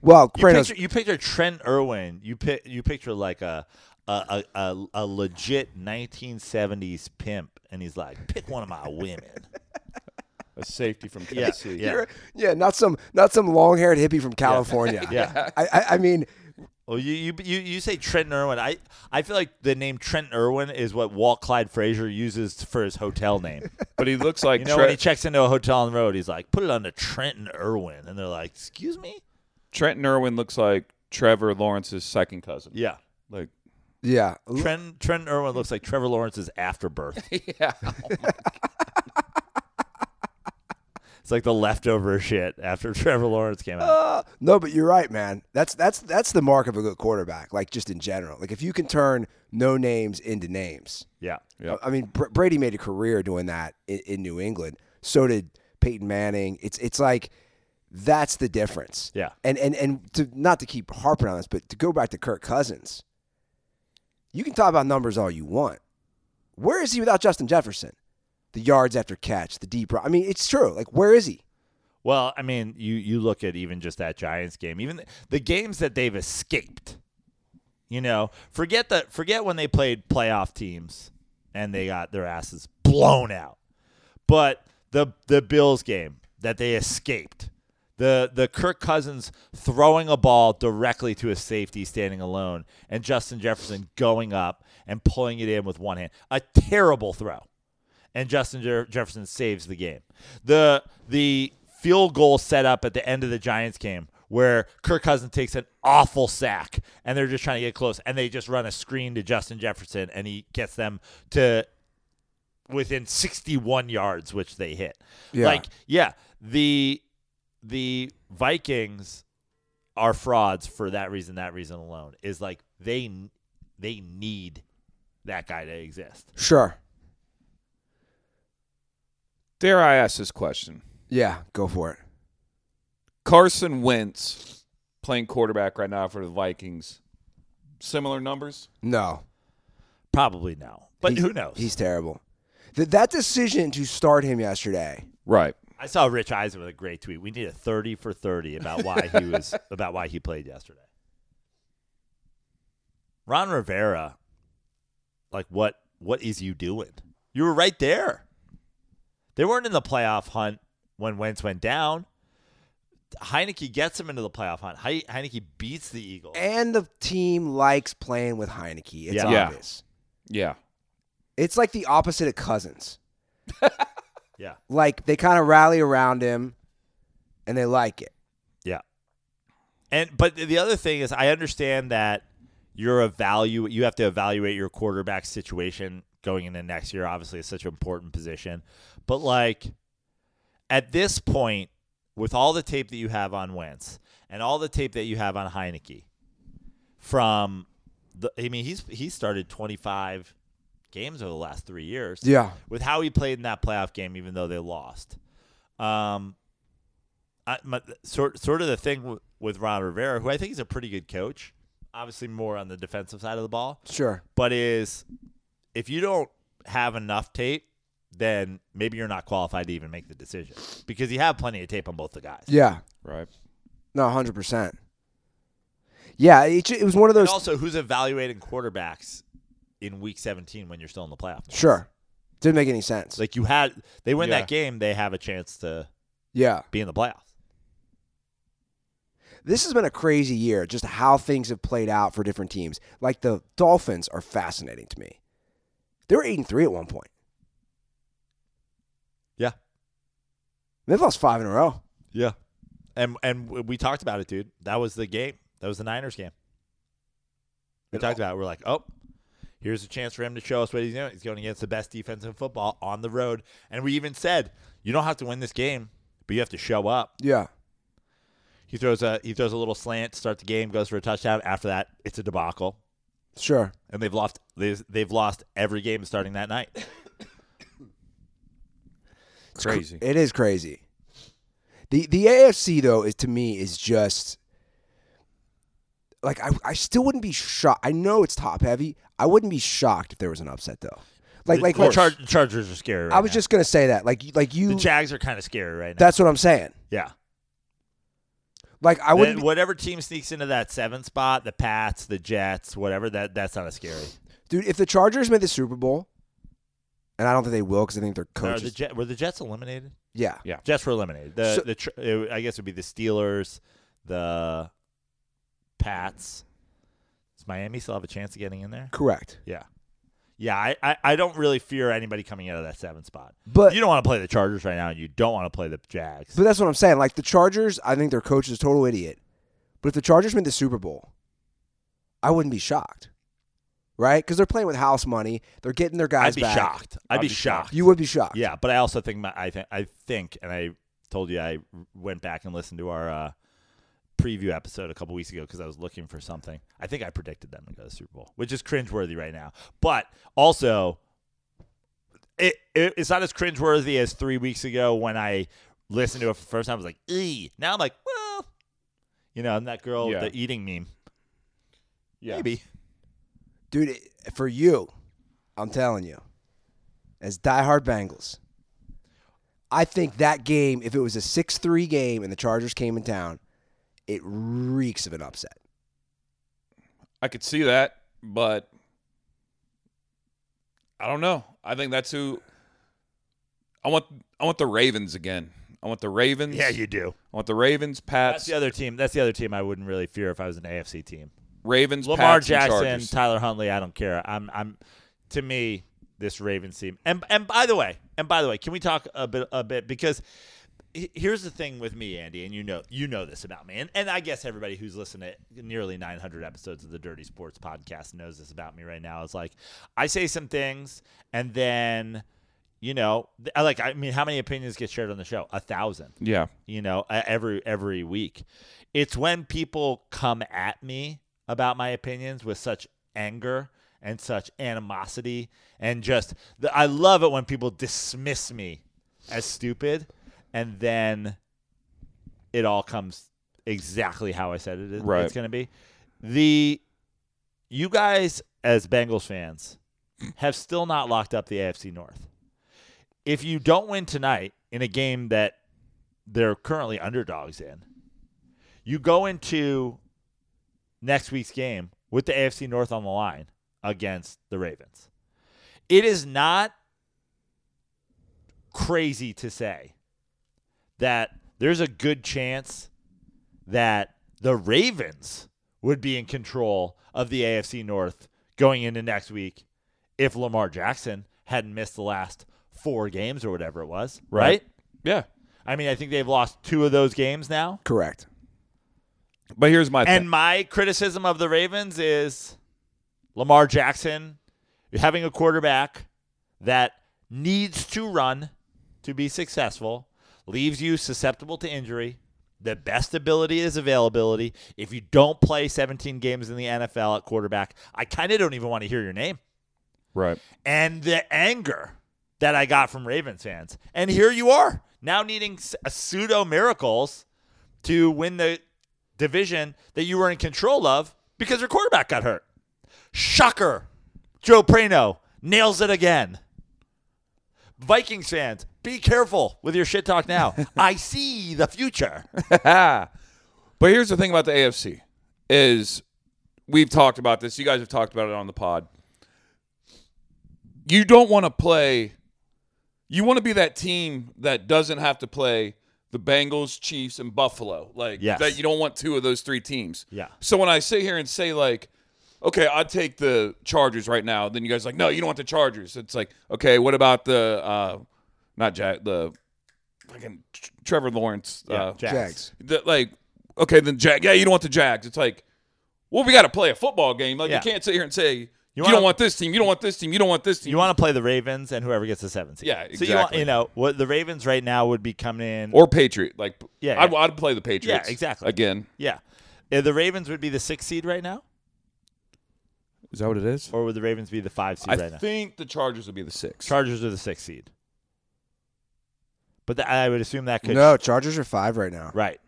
B: well,
C: You
B: Kratos,
C: picture, you picture Trent Irwin. You pic, you picture like a a, a a a legit 1970s pimp, and he's like, pick one of my women.
D: a safety from
C: Yeah,
D: Tennessee.
C: yeah,
B: yeah, not some not some long haired hippie from California.
C: yeah.
B: I, I, I mean,
C: Well, you you you, you say Trent Irwin. I I feel like the name Trent Irwin is what Walt Clyde Frazier uses for his hotel name.
D: But he looks like
C: You know,
D: Tre-
C: when he checks into a hotel on the road, he's like, put it on to Trenton Irwin, and they're like, excuse me.
D: Trenton Irwin looks like Trevor Lawrence's second cousin.
C: Yeah.
D: Like,
B: yeah,
C: Trent Trent Irwin looks like Trevor Lawrence's afterbirth.
D: yeah.
C: It's like the leftover shit after Trevor Lawrence came
B: Oh.
C: out.
B: no, but you're right, man. That's that's that's the mark of a good quarterback. Like just in general, like if you can turn no names into names.
C: Yeah.
D: Yep.
B: I mean, Br- Brady made a career doing that in, in New England. So did Peyton Manning. It's it's like that's the difference.
C: Yeah.
B: And and and to not to keep harping on this, but to go back to Kirk Cousins, you can talk about numbers all you want. Where is he without Justin Jefferson? The yards after catch, the deep. ro- I mean, it's true. Like, where is he?
C: Well, I mean, you you look at even just that Giants game, even the, the games that they've escaped. You know, forget that forget when they played playoff teams and they got their asses blown out. But the the Bills game that they escaped. The the Kirk Cousins throwing a ball directly to a safety standing alone and Justin Jefferson going up and pulling it in with one hand. A terrible throw and Justin Jer- Jefferson saves the game. The the field goal set up at the end of the Giants game where Kirk Cousins takes an awful sack and they're just trying to get close and they just run a screen to Justin Jefferson and he gets them to within 61 yards which they hit.
B: Yeah.
C: Like yeah, the the Vikings are frauds for that reason, that reason alone. Is like they they need that guy to exist.
B: Sure.
D: Dare I ask this question?
B: Yeah, go for it.
D: Carson Wentz playing quarterback right now for the Vikings. Similar numbers?
B: No.
C: Probably no, but
B: He's-
C: who knows?
B: He's terrible. Th- that decision to start him yesterday.
D: Right.
C: I saw Rich Eisen with a great tweet. We need a thirty for thirty about why he was about why he played yesterday. Ron Rivera, like what what is you doing? You were right there. They weren't in the playoff hunt when Wentz went down. Heineke gets him into the playoff hunt. He- Heineke beats the Eagles.
B: And the team likes playing with Heineke. It's
C: Yeah.
D: Yeah.
B: obvious.
D: Yeah.
B: It's like the opposite of Cousins.
C: Yeah,
B: Like they kind of rally around him and they like it.
C: yeah. And but the other thing is, I understand that you're evalu you have to evaluate your quarterback situation going into next year. Obviously, it's such an important position, but like at this point, with all the tape that you have on Wentz and all the tape that you have on Heineke, from the I mean he's he started 25 games over the last three years.
B: Yeah.
C: with how he played in that playoff game, even though they lost. Um, I, my, sort sort of the thing w- with Ron Rivera, who I think is a pretty good coach, obviously more on the defensive side of the ball,
B: Sure.
C: but is if you don't have enough tape, then maybe you're not qualified to even make the decision because you have plenty of tape on both the guys.
B: Yeah.
D: Right.
B: No, 100%. Yeah, it, ju- it was one of
C: And
B: those.
C: also, who's evaluating quarterbacks in Week 17 when you're still in the playoff?
B: sure. Didn't make any sense.
C: Like you had, they win
D: Yeah.
C: that game, they have a chance to
B: yeah.
C: be in the playoffs.
B: This has been a crazy year, just how things have played out for different teams. Like the Dolphins are fascinating to me. They were 8 and 3 at one point.
C: Yeah,
B: They've lost five in a row.
C: Yeah. And and w- we talked about it, dude. That was the game. That was the Niners game. We
B: And
C: talked about it. We're like, oh, here's a chance for him to show us what he's doing. He's going against the best defense in football on the road. And we even said, you don't have to win this game, but you have to show up.
B: Yeah.
C: He throws a he throws a little slant, start the game, goes for a touchdown. After that, it's a debacle.
B: Sure.
C: And they've lost they've, they've lost every game starting that night.
D: It's crazy.
B: It is crazy. The the AFC though is to me is just like I, I still wouldn't be shocked. I know it's top heavy. I wouldn't be shocked if there was an upset though. Like like
C: the
B: like
C: Char- Chargers are scary. right
B: I was
C: now.
B: just gonna say that. Like you- like
C: the
B: you.
C: Jags are kind of scary right now.
B: That's what I'm saying.
C: yeah.
B: Like I
C: Then
B: wouldn't. be-
C: whatever team sneaks into that seven spot, the Pats, the Jets, whatever, that that's not as scary.
B: dude, if the Chargers made the Super Bowl, and I don't think they will because I think their
C: Or
B: coach.
C: the
B: is-
C: Jet, were the Jets eliminated?
B: yeah.
C: Jets were eliminated. The
B: So-
C: the tr- it, I guess it would be the Steelers, the Pats. Does Miami still have a chance of getting in there?
B: Correct.
C: Yeah, yeah. I, I, I don't really fear anybody coming out of that seven spot.
B: But
C: you don't want to play the Chargers right now, and you don't want to play the Jags.
B: But that's what I'm saying. Like the Chargers, I think their coach is a total idiot. But if the Chargers made the Super Bowl, I wouldn't be shocked, right? Because they're playing with house money. They're getting their guys
C: I'd be
B: back.
C: shocked. I'd,
D: I'd
C: be,
D: be
C: shocked.
D: shocked.
B: You would be shocked.
C: Yeah, but I also think my, I think I think, and I told you I went back and listened to our uh, preview episode a couple weeks ago because I was looking for something. I think I predicted them to go to the Super Bowl, which is cringeworthy right now. But also, it, it it's not as cringeworthy as three weeks ago when I listened to it for the first time. I was like, "Ee." Now I'm like, well, you know, I'm that girl,
D: Yeah.
C: the eating meme.
D: Yeah.
C: Maybe
B: dude. It, for you, I'm telling you, as diehard Bengals, I think that game, if it was a six-three game and the Chargers came in town, it reeks of an upset.
D: I could see that, but I don't know. I think that's who I want I want the Ravens again. I want the Ravens.
C: yeah, you do.
D: I want the Ravens, Pats,
C: That's the other team. That's the other team I wouldn't really fear if I was an AFC team.
D: Ravens,
C: Lamar
D: Pats, and
C: Jackson,
D: Chargers.
C: Tyler Huntley. I don't care. I'm, I'm, to me, this Ravens team. And and by the way, and by the way, can we talk a bit, a bit because he- here's the thing with me, Andy, and you know, you know this about me, and and I guess everybody who's listened to nearly 900 episodes of the Dirty Sports Podcast knows this about me right now. It's like I say some things, and then you know, th- I like I mean, how many opinions get shared on the show? A thousand.
D: Yeah.
C: You know, e- every every week. It's when people come at me about my opinions with such anger and such animosity and just the, I love it when people dismiss me as stupid and then it all comes exactly how I said it. it-
D: Right.
C: It's going to be the you guys as Bengals fans have still not locked up the AFC North. If you don't win tonight in a game that they're currently underdogs in, you go into next week's game with the AFC North on the line against the Ravens. It is not crazy to say that there's a good chance that the Ravens would be in control of the AFC North going into next week if Lamar Jackson hadn't missed the last four games or whatever it was, right?
D: Right. Yeah.
C: I mean, I think they've lost two of those games now.
B: Correct.
D: But here's my
C: And
D: thing.
C: my criticism of the Ravens is Lamar Jackson having a quarterback that needs to run to be successful leaves you susceptible to injury. The best ability is availability. If you don't play 17 games in the NFL at quarterback, I kind of don't even want to hear your name.
D: Right.
C: And the anger that I got from Ravens fans. And here you are, now needing s- a pseudo miracles to win the division that you were in control of because your quarterback got hurt. Shocker. Joe Prano nails it again. Vikings fans, be careful with your shit talk now. I see the future.
D: Ah. but here's the thing about the AFC is we've talked about this. You guys have talked about it on the pod. You don't want to play you want to be that team that doesn't have to play the Bengals, Chiefs, and Buffalo. Like
C: Yes.
D: that you don't want two of those three teams.
C: Yeah.
D: So when I sit here and say like Okay, I'd take the Chargers right now. Then you guys are like, no, you don't want the Chargers. It's like, okay, what about the uh not Jack the fucking Trevor Lawrence uh,
C: Jax.
B: Jags.
D: that like okay then jag yeah you don't want the jags it's like well we got to play a football game like
C: Yeah.
D: you can't sit here and say you,
C: wanna-
D: don't want this team you don't want this team you don't want this team
C: You want to play the Ravens and whoever gets the seven seed.
D: Yeah,
C: So you, want,
D: exactly.
C: you know what the Ravens right now would be coming in
D: or patriot like
C: Yeah,
D: I'd,
C: yeah.
D: I'd play the patriots
C: exactly.
D: again
C: Yeah. Uh, the Ravens would be the sixth seed right now,
D: is that what it is
C: or would the Ravens be the five seed
D: i
C: right now?
D: think the chargers would be the six
C: Chargers are the sixth seed. But tha- I would assume that could
B: No, Chargers are five right now.
C: right.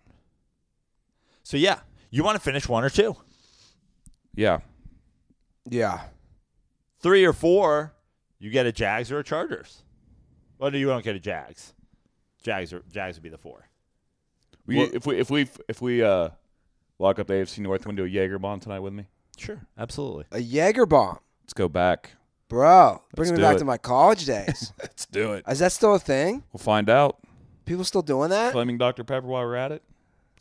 C: So yeah, you want to finish one or two,
D: yeah
B: Yeah.
C: three or four, you get a Jags or a Chargers. Well, no, you won't get a Jags. Jags are Jags would be the four.
D: we,
C: Well-
D: if we if we if we uh lock up the afc north window jaeger bomb tonight with me
C: Sure, absolutely.
B: A Jaeger bomb.
D: let's go back
B: Bro, bringing me
D: do
B: back
D: it.
B: to my college days.
D: let's do it
B: Is that still a thing?
D: we'll find out
B: People still doing that?
D: claiming dr pepper while we're at it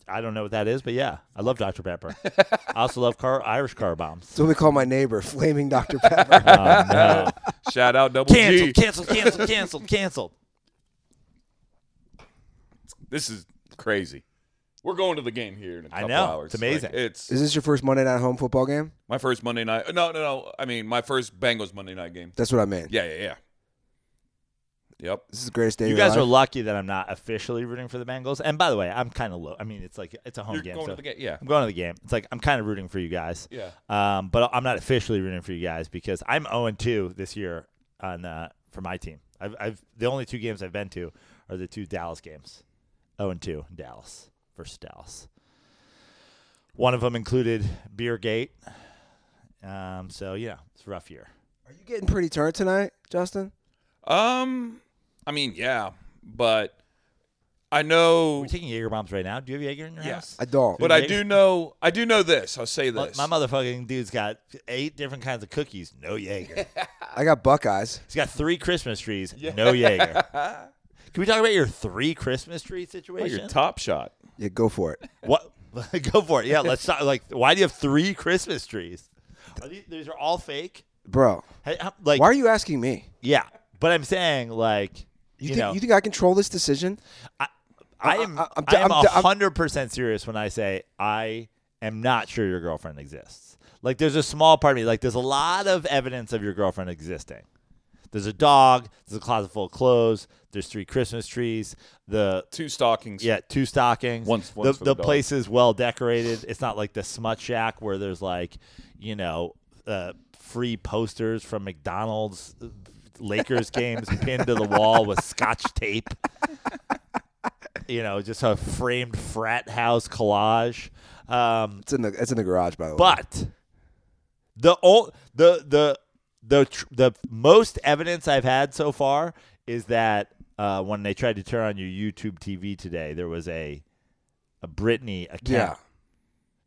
C: I don't know what that is, but yeah, I love Dr Pepper. I also love car Irish car bombs.
B: That's what we call my neighbor, Flaming Dr. Pepper.
C: Oh, no.
D: shout out double g
C: canceled, canceled, canceled, canceled, canceled.
D: This is crazy. We're going to the game here in a couple
C: know.
D: hours.
C: It's amazing.
D: Like, it's
B: Is this your first Monday night home football game?
D: my first Monday night. No, no, no. I mean, my first Bengals Monday night game.
B: That's what I mean.
D: Yeah, yeah, yeah. Yep.
B: This is the greatest day
C: You
B: of your
C: guys are
B: life.
C: lucky that I'm not officially rooting for the Bengals. And by the way, I'm kind of low. I mean, it's like it's a home
D: You're
C: game.
D: going
C: so
D: to the game. Yeah.
C: I'm going to the game. It's like I'm kind of rooting for you guys.
D: Yeah.
C: Um, but I'm not officially rooting for you guys because I'm 0 2 this year on uh, for my team. I've, I've the only two games I've been to are the two Dallas games. 0 2 in Dallas versus Dallas. One of them included Beergate. Um, so yeah, it's a rough year.
B: Are you getting pretty turned tonight, Justin?
D: Um, I mean, yeah, but I know,
C: We're taking Jaeger bombs right now. Do you have Jaeger in your
D: Yeah.
C: house?
B: I don't.
D: but I do know, I do know this. I'll say
C: My-
D: this.
C: My motherfucking dude's got eight different kinds of cookies. No Jaeger.
B: I got Buckeyes.
C: He's got three Christmas trees. No Jaeger. Can we talk about your three Christmas tree
D: Oh,
C: situation?
D: your top shot.
B: Yeah, go for it.
C: what? Go for it. Yeah, let's talk. Like, why do you have three Christmas trees? Are these, these are all fake.
B: Bro,
C: Hey, how- Like,
B: why are you asking me?
C: yeah. But I'm saying, like,
B: You,
C: you,
B: think,
C: know,
B: you think I control this decision?
C: I am.
B: I-
C: I,
B: I'm d-
C: am
B: I'm d- I'm-
C: hundred percent serious when I say I am not sure your girlfriend exists. Like, there's a small part of me. Like, there's a lot of evidence of your girlfriend existing. There's a dog. There's a closet full of clothes. There's three Christmas trees. The
D: Two stockings.
C: yeah, two stockings.
D: One's- one's
C: the
D: for
C: the
D: the dog.
C: place is well decorated. It's not like the smut shack where there's like, you know, uh, free posters from McDonald's uh, Lakers games pinned to the wall with scotch tape. You know, just a framed frat house collage. Um,
B: It's in the it's in the garage by the way.
C: but the old the the the tr- the most evidence I've had so far is that uh, when they tried to turn on your YouTube TV today, there was a a Britney account.
B: yeah.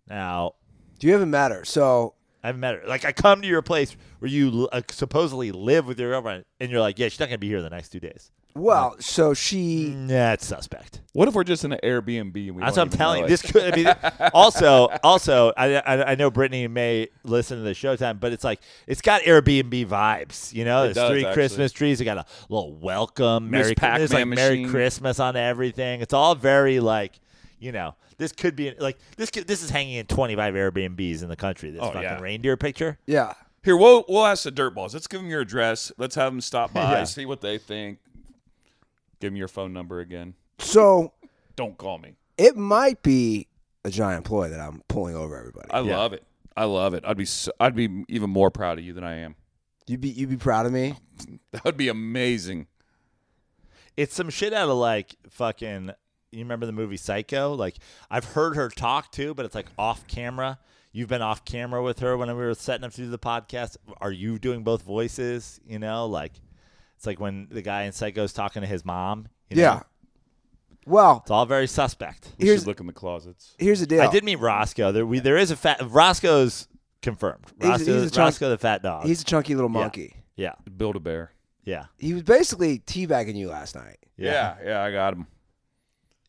C: Now
B: Do you even matter? So
C: I've met her. Like I come to your place where you uh, supposedly live with your girlfriend, and you're like, yeah, she's not gonna be here the next two days.
B: well, so she
C: Nah, it's suspect.
D: What if we're just in an Airbnb? And we
C: That's what
D: don't
C: I'm
D: even
C: telling
D: know
C: you.
D: it?
C: This could I mean, also also I, I I know Brittany may listen to the Showtime, but it's like it's got Airbnb vibes. You know, there's
D: does,
C: three
D: actually.
C: Christmas trees. You got a little welcome,
D: Miss
C: Merry Christmas, like
D: Pac-Man
C: Merry
D: machine.
C: Christmas on everything. It's all very like you know. This could be like this. Could, this is hanging in 25 Airbnbs in the country. This
D: Oh,
C: fucking
D: yeah.
C: reindeer picture.
B: yeah.
D: Here, we'll we'll ask the dirtballs. Let's give them your address. Let's have them stop by,
C: Yeah.
D: see what they think. Give them your phone number again.
B: So
D: Don't call me.
B: it might be a giant ploy that I'm pulling over everybody.
D: I
C: Yeah.
D: love it. I love it. I'd be so, I'd be even more proud of you than I am.
B: You'd be you'd be proud of me.
D: That would be amazing.
C: it's some shit out of like fucking you remember the movie psycho like i've heard her talk too but it's like off camera you've been off camera with her when we were setting up to do the podcast are you doing both voices you know like it's like when the guy in psycho's talking to his mom you know?
B: Yeah. Well,
C: it's all very suspect
D: We
B: Here's-
D: should look in the closets.
B: here's the deal.
C: i did meet roscoe there we there is a fat roscoe's confirmed
B: He's-
C: roscoe,
B: he's a chunk-
C: roscoe the fat dog
B: He's a chunky little monkey.
C: yeah
D: Build a bear.
C: yeah
B: He was basically teabagging you last night.
D: Yeah, yeah, I got him.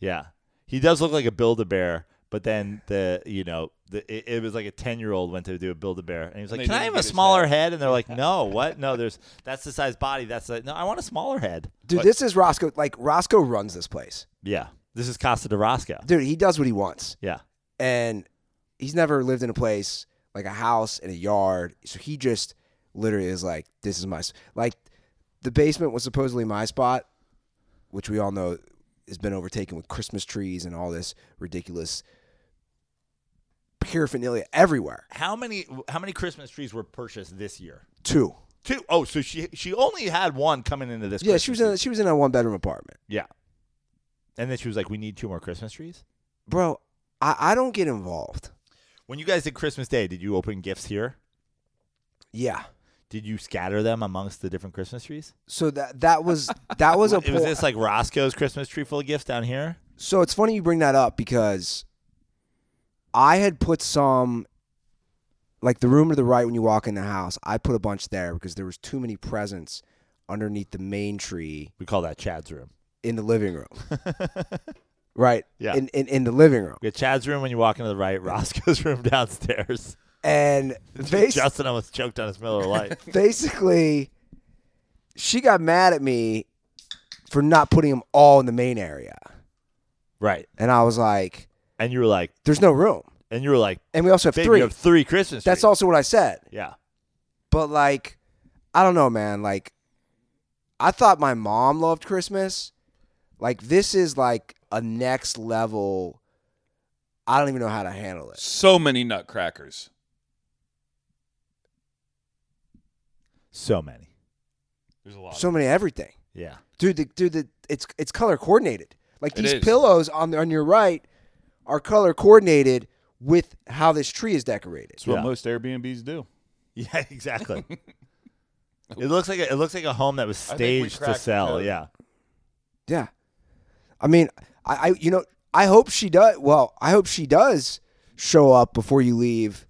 C: Yeah, he does look like a build a bear. But then the you know the, it, it was like a ten year old went to do a build a bear, and he was like,
D: they
C: "Can I
D: didn't
C: have
D: get
C: a
D: his
C: smaller
D: head."
C: head?" And they're like, "No, what? No, there's that's the size body. That's the, no, I want a smaller head."
B: Dude, this is Roscoe. Like Roscoe runs this place.
C: Yeah, this is Casa de Rosca.
B: Dude, he does what he wants,
C: Yeah,
B: and he's never lived in a place like a house and a yard. So he just literally is like, "This is my s-" like." The basement was supposedly my spot, which we all know has been overtaken with Christmas trees and all this ridiculous paraphernalia everywhere.
C: how many how many Christmas trees were purchased this year?
B: Two.
C: Two. Oh, so she she only had one coming into this.
B: Yeah, she was
C: Christmas
B: in
C: season.
B: she was in a one bedroom apartment.
C: yeah, and then she was like, "We need two more Christmas trees."
B: Bro, I, I don't get involved.
C: When you guys did Christmas Day, did you open gifts here?
B: Yeah.
C: Did you scatter them amongst the different Christmas trees?
B: So that that was that was a
C: was
B: point-
C: this like Roscoe's Christmas tree full of gifts down here?
B: So it's funny you bring that up because I had put some like the room to the right when you walk in the house, I put a bunch there because there was too many presents underneath the main tree
C: We call that Chad's room.
B: in the living room. right?
C: Yeah.
B: In, in in the living room.
C: We got Chad's room when you walk into the right, Roscoe's room downstairs.
B: And bas-
C: Justin almost choked on his Miller Lite.
B: basically she got mad at me for not putting them all in the main area.
C: right.
B: And I was like,
C: And you were like,
B: there's no room.
C: and you were like,
B: And we also have
C: babe,
B: three.
C: you have three Christmas trees.
B: That's also what I said.
C: Yeah.
B: But like, I don't know, man. Like, I thought my mom loved Christmas. Like, this is like a next level. I don't even know how to handle it.
D: So many nutcrackers.
C: So many.
D: There's a lot.
B: So many everything,
C: Yeah.
B: dude. The, dude, the, it's it's color coordinated. Like
D: It
B: these
D: is.
B: pillows on the, on your right are color coordinated with how this tree is decorated.
D: That's what
C: Yeah.
D: most Airbnbs do.
C: Yeah, exactly. it looks like a, it looks like a home that was
D: I think we
C: staged to
D: cracked the
C: sell.
D: code.
C: Yeah.
B: Yeah, I mean, I, I you know I hope she does. Well, I hope she does show up before you leave.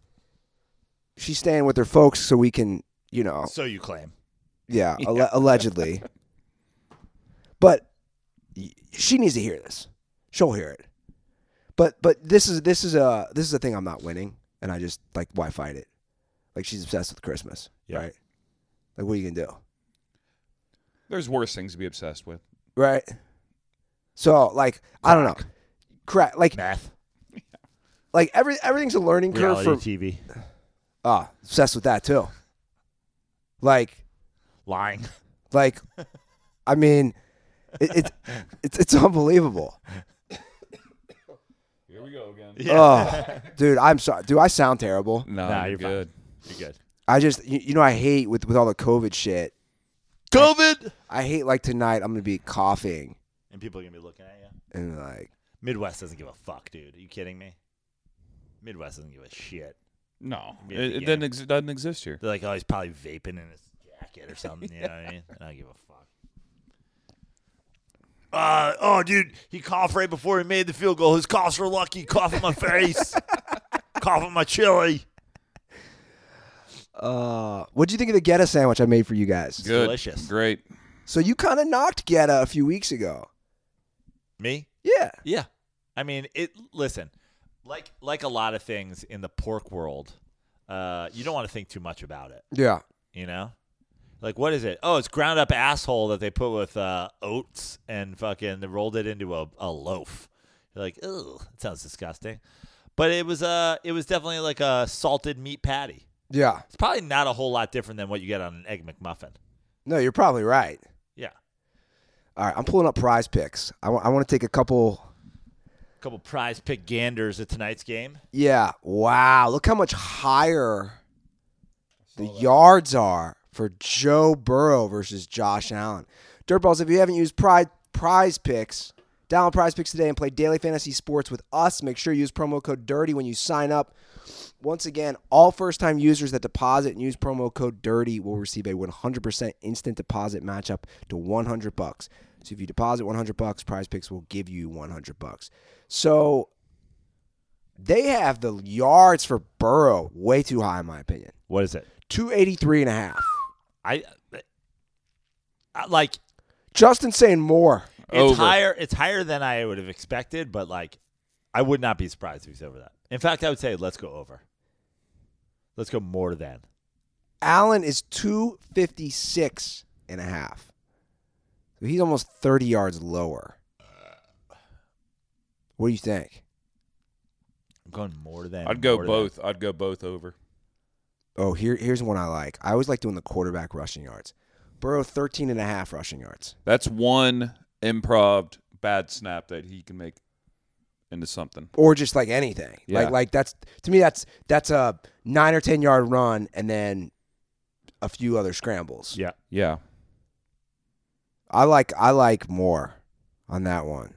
B: She's staying with her folks, so we can, you know,
C: So you claim.
B: yeah, alle- allegedly. But y- she needs to hear this. She'll hear it. But but this is this is a this is a thing I'm not winning, and I just like why fight it? Like she's obsessed with Christmas,
C: Yeah.
B: right? Like what are you gonna do?
D: There's worse things to be obsessed with.
B: right? So like I don't know, crack like
C: Math.
B: like every everything's a learning curve
C: Reality
B: for
C: TV.
B: ah obsessed with that too. Like
C: Lying.
B: Like, I mean, it, it, it's it's unbelievable.
D: Here we go again.
B: Oh, dude, I'm sorry. Do I sound terrible?
D: No,
C: Nah,
D: you're
C: you're fine.
D: good.
C: You're good.
B: I just, you, you know, I hate with with all the COVID shit.
C: COVID.
B: I hate like tonight. I'm gonna be coughing
C: And people are gonna be looking at you.
B: and like,
C: Midwest doesn't give a fuck, dude. Are you kidding me? Midwest doesn't give a shit.
D: No,
C: Yeah,
D: it, it
C: yeah.
D: doesn't, ex- doesn't exist here.
C: They're like, oh, he's probably vaping in his jacket or something. You know what I mean? I don't give a fuck. Uh, oh, dude, he coughed right before he made the field goal. His coughs were lucky. Cough in my face. cough in my chili.
B: uh, what'd you think of the Geta sandwich I made for you guys?
D: Good,
C: delicious.
D: great.
B: So you kind of knocked Geta a few weeks ago.
C: Me?
B: Yeah.
C: Yeah. I mean, it. Listen, like like a lot of things in the pork world, uh, you don't want to think too much about it.
B: Yeah.
C: You know, like what is it? Oh, it's ground up asshole that they put with uh, oats and fucking they rolled it into a, a loaf. You're like, ugh, that sounds disgusting. But it was uh, it was definitely like a salted meat patty.
B: Yeah.
C: It's probably not a whole lot different than what you get on an egg McMuffin.
B: No, you're probably right.
C: Yeah,
B: All right, I'm pulling up prize picks. I want to take a couple.
C: a couple prize pick ganders at tonight's game.
B: Yeah. Wow. Look how much higher the yards are for Joe Burrow versus Josh Allen. Dirtballs, if you haven't used Pride Prize Picks, download Prize Picks today and play daily fantasy sports with us. Make sure you use promo code DIRTY when you sign up. Once again, all first-time users that deposit and use promo code DIRTY will receive a 100% instant deposit match up to 100 bucks. So if you deposit 100 bucks, Prize Picks will give you 100 bucks. So they have the yards for Burrow way too high, in my opinion.
C: What is it?
B: 283 and a half.
C: I, I Uh, like
B: Justin saying more.
C: It's
D: Over.
C: higher. It's higher than I would have expected, but like, I would not be surprised if he's over that. In fact, I would say let's go over. Let's go more than.
B: Allen is 256 and a half. So he's almost 30 yards lower. What do you think?
C: I'm going more than.
D: I'd go
C: more than.
D: both. I'd go both over.
B: Oh, here, here's one I like. I always like doing the quarterback rushing yards. Burrow 13 and a half rushing yards.
D: That's one improv bad snap that he can make into something.
B: Or just like anything.
D: Yeah.
B: Like like that's to me that's that's a 9 or 10 yard run and then a few other scrambles.
C: Yeah.
D: Yeah,
B: I like I like more on that one.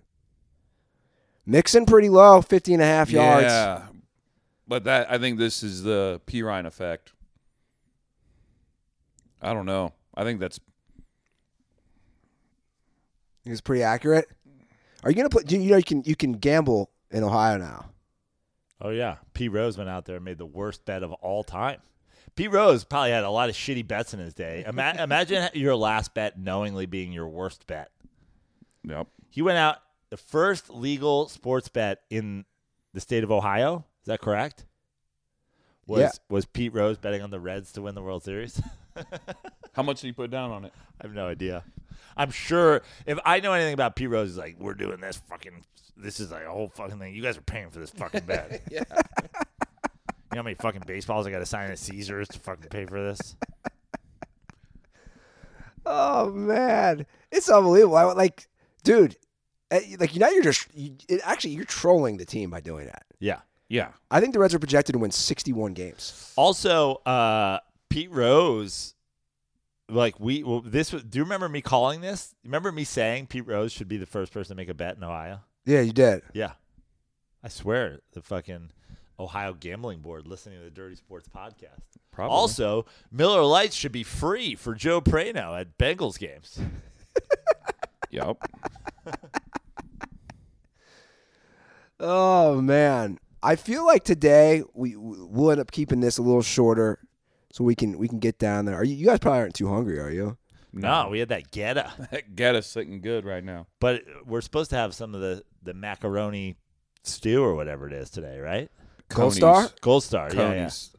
B: Mixon pretty low, 50 and a half yards.
D: Yeah, but that I think this is the P Ryan effect. I don't know. I think that's
B: He was pretty accurate. Are you gonna play? do You know you can you can gamble in Ohio now.
C: Oh yeah. P Rose went out there and made the worst bet of all time. P Rose probably had a lot of shitty bets in his day. Ima- imagine your last bet knowingly being your worst bet.
D: yep.
C: He went out the first legal sports bet in the state of Ohio. Is that correct? Was
B: Yeah.
C: was Pete Rose betting on the Reds to win the World Series?
D: How much did he put down on it?
C: I have no idea. I'm sure if I know anything about Pete Rose, he's like, we're doing this fucking. This is like a whole fucking thing. You guys are paying for this fucking bet. yeah. You know how many fucking baseballs I got to sign at Caesars to fucking pay for this?
B: Oh man, it's unbelievable. I would like, dude, eh, like now you're just you, it, actually you're trolling the team by doing that.
C: Yeah.
D: Yeah,
B: I think the Reds are projected to win 61 games.
C: Also, uh, Pete Rose, like we well, this was. Do you remember me calling this? Remember me saying Pete Rose should be the first person to make a bet in Ohio?
B: Yeah, you did.
C: Yeah, I swear the fucking Ohio gambling board listening to the Dirty Sports podcast.
D: probably.
C: Also, Miller Lights should be free for Joe Prano at Bengals games.
D: yep.
B: Oh man, I feel like today we we'll end up keeping this a little shorter, so we can we can get down there. Are you, you guys probably aren't too hungry, are you?
C: No, we had that Geta,
D: Get us looking good right now.
C: but we're supposed to have some of the the macaroni stew or whatever it is today, right?
B: Gold Star?
D: Conies.
C: Gold Star, yeah, yeah.
D: Conies.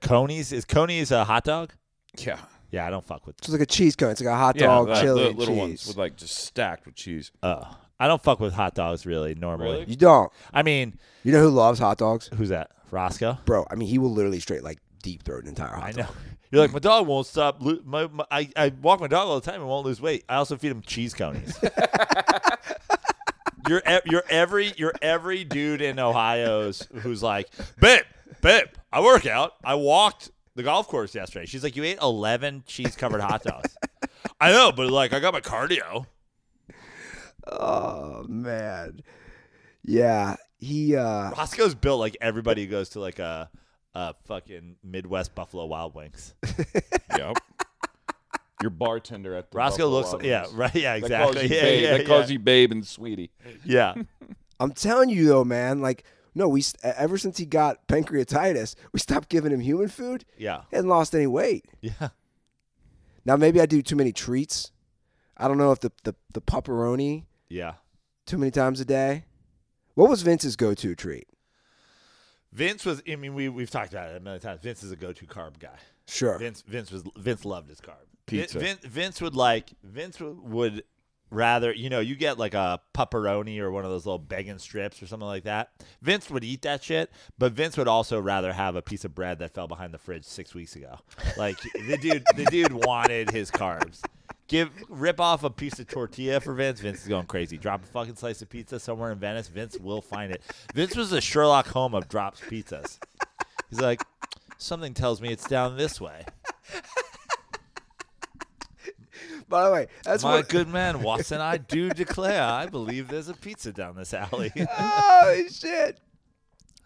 C: Coney's is Coney's a hot dog?
D: Yeah.
C: Yeah, I don't fuck with.
B: So it's like a cheese cone. It's like a hot
D: Yeah,
B: dog,
D: like
B: chili,
D: li-
B: and
D: little ones
B: cheese.
D: with like just stacked with cheese.
C: Uh, I don't fuck with hot dogs really normally.
D: Really?
B: you don't.
C: I mean,
B: You know who loves hot dogs,
C: who's that? Roscoe.
B: bro? I mean, he will literally straight like deep throat an entire hot
C: I
B: dog.
C: know. You're like, my dog won't stop. Lo- my, my, I, I walk my dog all the time and won't lose weight. I also feed him cheese conies. you're ev- you're every you're every dude in Ohio's who's like, babe, babe, I work out. I walked the golf course yesterday. She's like, you ate eleven cheese covered hot dogs. I know, but like, I got my cardio.
B: Oh man. Yeah. He uh
C: Roscoe's built like everybody who goes to like a, a fucking Midwest Buffalo Wild Wings.
D: Yep. Your bartender at the
C: Roscoe
D: Buffalo
C: looks
D: Wild
C: like, yeah,
D: Wings.
C: right, yeah,
D: That
C: exactly.
D: Calls you
C: yeah,
D: babe.
C: yeah,
D: that calls
C: yeah.
D: you babe and sweetie.
C: yeah.
B: I'm telling you though, man, like no, we st- ever since he got pancreatitis, we stopped giving him human food.
C: Yeah.
B: He hadn't lost any weight.
C: Yeah.
B: Now maybe I do too many treats. I don't know if the the, the pepperoni
C: Yeah.
B: too many times a day. What was Vince's go-to treat?
C: Vince was I mean we we've talked about it a million times. Vince is a go-to carb guy.
B: Sure.
C: Vince Vince was Vince loved his carb.
D: Pizza.
C: Vince, Vince would like Vince w- would rather, you know, you get like a pepperoni or one of those little bacon strips or something like that. Vince would eat that shit, but Vince would also rather have a piece of bread that fell behind the fridge 6 weeks ago. Like the dude the dude wanted his carbs. Give rip off a piece of tortilla for Vince. Vince is going crazy. Drop a fucking slice of pizza somewhere in Venice. Vince will find it. Vince was a Sherlock Holmes of drops pizzas. He's like, something tells me it's down this way.
B: By the way, that's
C: My
B: what
C: good man Watson, I do declare, I believe there's a pizza down this alley.
B: Oh shit.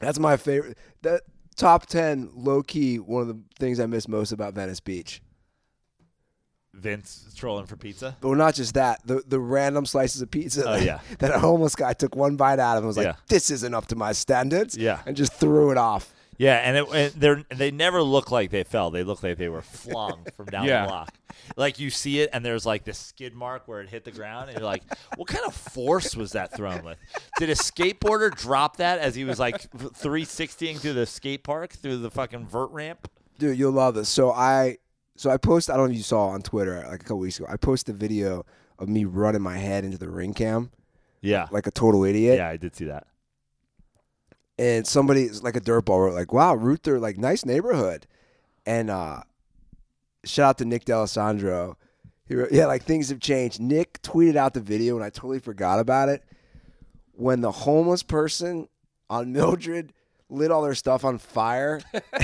B: That's my favorite. That top 10 low key one of the things I miss most about Venice Beach.
C: Vince is trolling for pizza.
B: But well, not just that, the the random slices of pizza
C: Oh,
B: that,
C: yeah.
B: that a homeless guy took one bite out of and was like,
C: Yeah.
B: this isn't up to my standards.
C: Yeah.
B: And just threw it off.
C: Yeah, and, it, and they're they never look like they fell. They look like they were flung from down
D: Yeah.
C: the block. Like you see it, and there's like this skid mark where it hit the ground, and you're like, what kind of force was that thrown with? Did a skateboarder drop that as he was like 360ing through the skate park through the fucking vert ramp?
B: Dude, you'll love this. So I so I post I don't know if you saw on Twitter like a couple weeks ago. I posted a video of me running my head into the ring cam
C: Yeah,
B: like a total idiot.
C: yeah, I did see that.
B: and somebody like a dirtball wrote like, "Wow, Ruther, like nice neighborhood," and uh, shout out to Nick D'Alessandro. He wrote, yeah, like things have changed. Nick tweeted out the video, and I totally forgot about it. When the homeless person on Mildred lit all their stuff on fire,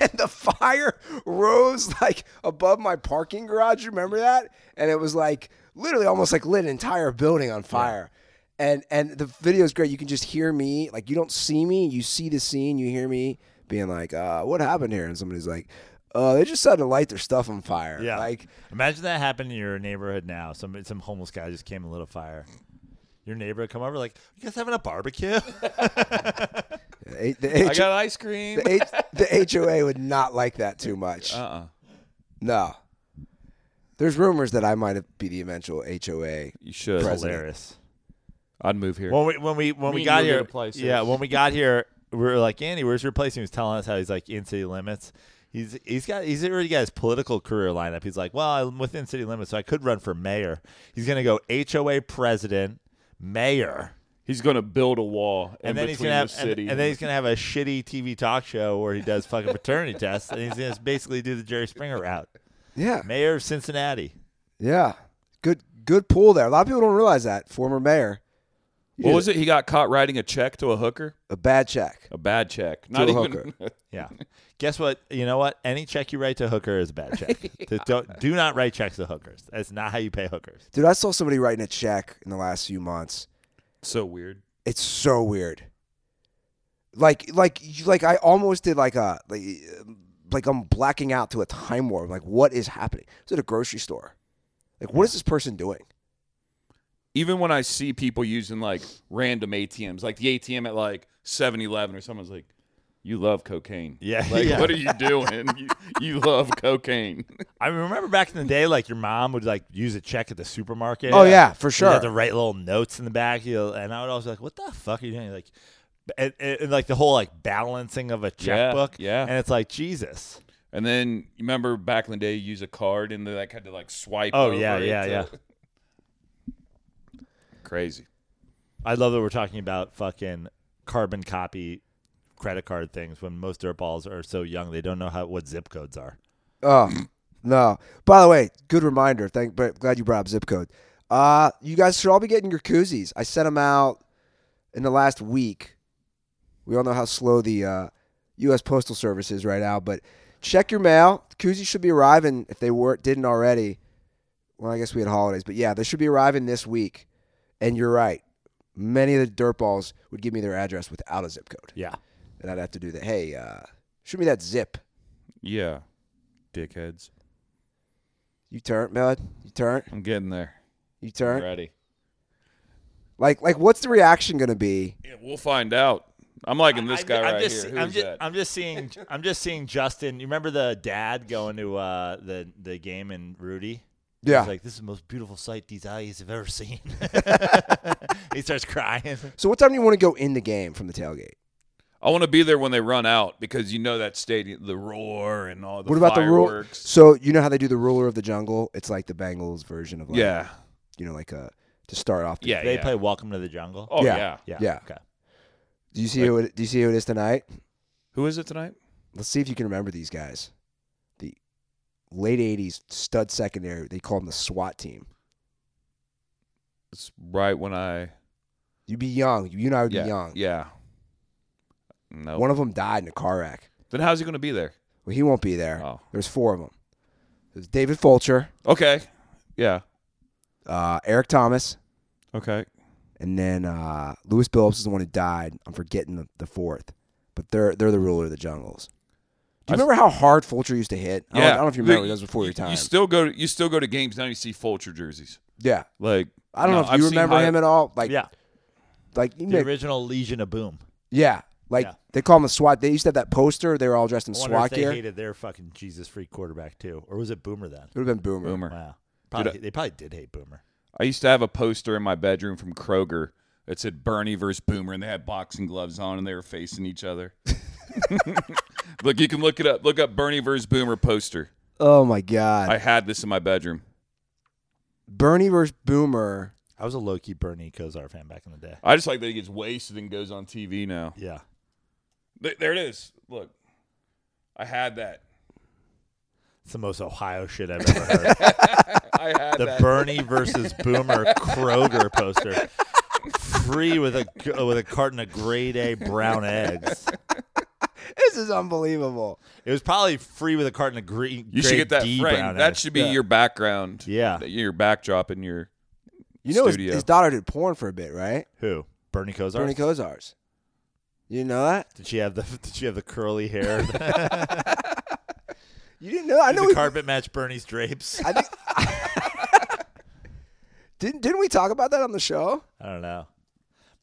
B: and the fire rose like above my parking garage. You Remember that? And it was like literally almost like lit an entire building on fire. And and the video is great. You can just hear me like you don't see me. You see the scene. You hear me being like, uh, "What happened here?" And somebody's like, "Uh, they just decided to light their stuff on fire."
C: Yeah.
B: like
C: Imagine that happened in your neighborhood now. Some some homeless guy just came and lit a fire. Your neighbor would come over like, you guys having a barbecue?
B: the, H- the,
D: I
B: H-
D: got ice cream.
B: the, H- the HOA would not like that too much.
D: uh-uh.
B: no. There's rumors that I might be the eventual HOA.
D: You should.
C: Hilarious.
D: I'd move here.
C: When we when we when
D: Me
C: we
D: and
C: got
D: you were
C: here,
D: gonna play
C: yeah,
D: soon.
C: when we got here, we were like, Andy, where's your place? And he was telling us how he's like in city limits. He's he's got he's already got his political career lined up. He's like, well, I'm within city limits, so I could run for mayor. He's gonna go HOA president, mayor.
D: he's gonna build a wall in
C: and then he's
D: between
C: gonna
D: the
C: have and-
D: city.
C: And, then he's gonna have a shitty TV talk show where he does fucking paternity tests, and he's gonna basically do the Jerry Springer route.
B: Yeah.
C: Mayor of Cincinnati.
B: Yeah. Good good pool there. A lot of people don't realize that. Former mayor.
D: what was it? He got caught writing a check to a hooker.
B: A bad check.
D: A bad check. Not
B: a
D: even.
C: Yeah. Guess what? You know what? Any check you write to a hooker is a bad check. To- don't, do not write checks to hookers. That's not how you pay hookers.
B: Dude, I saw somebody writing a check in the last few months.
D: so weird.
B: It's so weird. Like like you- like I almost did like a like um, like I'm blacking out to a time warp. Like what is happening? I was at a grocery store. Like what is this person doing?
D: Even when I see people using like random ATMs, like the ATM at like 7-Eleven or someone's like, "You love cocaine."
C: Yeah,
D: Like,
C: yeah.
D: what are you doing? you, you love cocaine.
C: I remember back in the day, like your mom would like use a check at the supermarket.
B: Oh, yeah, for
C: She'd have
B: sure.
C: to write little notes in the back, you know, and I would always be like, "What the fuck are you doing?" Like, and, and, and, like the whole like balancing of a checkbook.
D: yeah.
C: And it's like Jesus.
D: And then you remember back in the day, you use a card and they like had to like swipe.
C: Oh,
D: over
C: yeah,
D: it
C: yeah,
D: to-
C: yeah.
D: Crazy.
C: I love that we're talking about fucking carbon copy credit card things when most dirt balls are so young they don't know how what zip codes are.
B: Oh no! By the way, good reminder. Thank, but glad you brought up zip code. Uh, you guys should all be getting your koozies. I sent them out in the last week. We all know how slow the uh, U.S. Postal Service is right now, but check your mail. Koozies should be arriving if they weren't didn't already. Well, I guess we had holidays, but yeah, they should be arriving this week. And you're right. Many of the dirt balls would give me their address without a zip code,
C: Yeah.
B: and I'd have to do that. Hey, uh, shoot me that zip.
D: Yeah, dickheads.
B: You turn, bud. You turn.
D: I'm getting there.
B: You turn.
D: Ready?
B: Like, like, what's the reaction gonna be?
D: Yeah, we'll find out. I'm liking this
C: I'm-
D: guy
C: I'm
D: right
C: just,
D: here.
C: I'm
D: Who's
C: just,
D: that?
C: I'm just seeing. I'm just seeing Justin. You remember the dad going to uh, the the game in Rudy?
B: Yeah.
C: He's like, "This is the most beautiful sight these eyes have ever seen." he starts crying.
B: so, what time do you want to go in the game from the tailgate?
D: I want to be there when they run out because you know that stadium, the roar and all the
B: what about the rule?
D: fireworks.
B: So, you know how they do the ruler of the jungle? It's like the Bengals version of like,
D: Yeah,
B: you know, like a to start off. The,
D: yeah,
C: They
D: yeah.
C: play "Welcome to the Jungle."
D: Oh
B: Yeah.
D: yeah.
C: yeah,
B: yeah.
C: Okay.
B: Do you see who? It, do you see who it is tonight?
D: Who is it tonight?
B: Let's see if you can remember these guys. The late '80s stud secondary. They called them the SWAT team.
D: It's right when I.
B: You'd be young. You and I would
D: Yeah, Oh.
B: be young.
D: yeah. No.
B: One of them died in a car wreck.
D: then how's he going to be there?
B: Well, he won't be there.
D: Oh.
B: There's four of them. There's David Fulcher,
D: Okay. Yeah.
B: uh, Eric Thomas,
D: Okay.
B: And then uh, Lewis Billups is the one who died. I'm forgetting the, the fourth, but they're they're the ruler of the jungles. Do you
D: I've-
B: remember how hard Fulcher used to hit? I don't,
D: yeah.
B: I don't know if you
D: The-
B: remember. That was before
D: you-
B: your time.
D: You still go. To, you still go to games now. You see Fulcher jerseys.
B: yeah,
D: Like
B: I don't
D: no,
B: know if
D: I've
B: you
D: seen
B: remember
D: high-
B: him at all. Like,
C: yeah.
B: like you
C: The
B: may,
C: original Legion of Boom.
B: yeah, like
C: Yeah.
B: they call him a SWAT. They used to have that poster. They were all dressed in
C: I wonder
B: SWAT
C: if they
B: gear. It
C: hated their fucking Jesus freak quarterback too, or was it Boomer then?
B: would have been Boomer.
D: Boomer.
C: Wow. Probably, they probably did hate Boomer.
D: I used to have a poster in my bedroom from Kroger that said Bernie versus Boomer, and they had boxing gloves on, and they were facing each other. look, you can look it up. Look up Bernie versus Boomer poster.
B: Oh my God,
D: I had this in my bedroom.
B: Bernie versus Boomer.
C: I was a low key Bernie Kosar fan back in the day.
D: I just like that he gets wasted and goes on TV now.
C: Yeah.
D: Th- There it is. Look, I had that.
C: It's the most Ohio shit I've ever heard.
D: I had
C: the
D: that.
C: Bernie versus Boomer Kroger poster, free with a uh, with a carton of grade A brown eggs.
B: This is unbelievable.
C: It was probably free with a carton of green.
D: you should get that
C: D brown
D: framed. That
C: eggs.
D: should be your background.
B: Ah.
C: Yeah.
D: your backdrop in your.
B: You know his,
D: Studio.
B: his daughter did porn for a bit, right?
C: who Bernie Kosar.
B: Bernie Kosars. You know that?
C: did she have the Did she have the curly hair? Did
B: You didn't know? That? I know.
C: the
B: we-
C: carpet match Bernie's drapes.
B: I think. didn't didn't we talk about that on the show?
C: I don't know.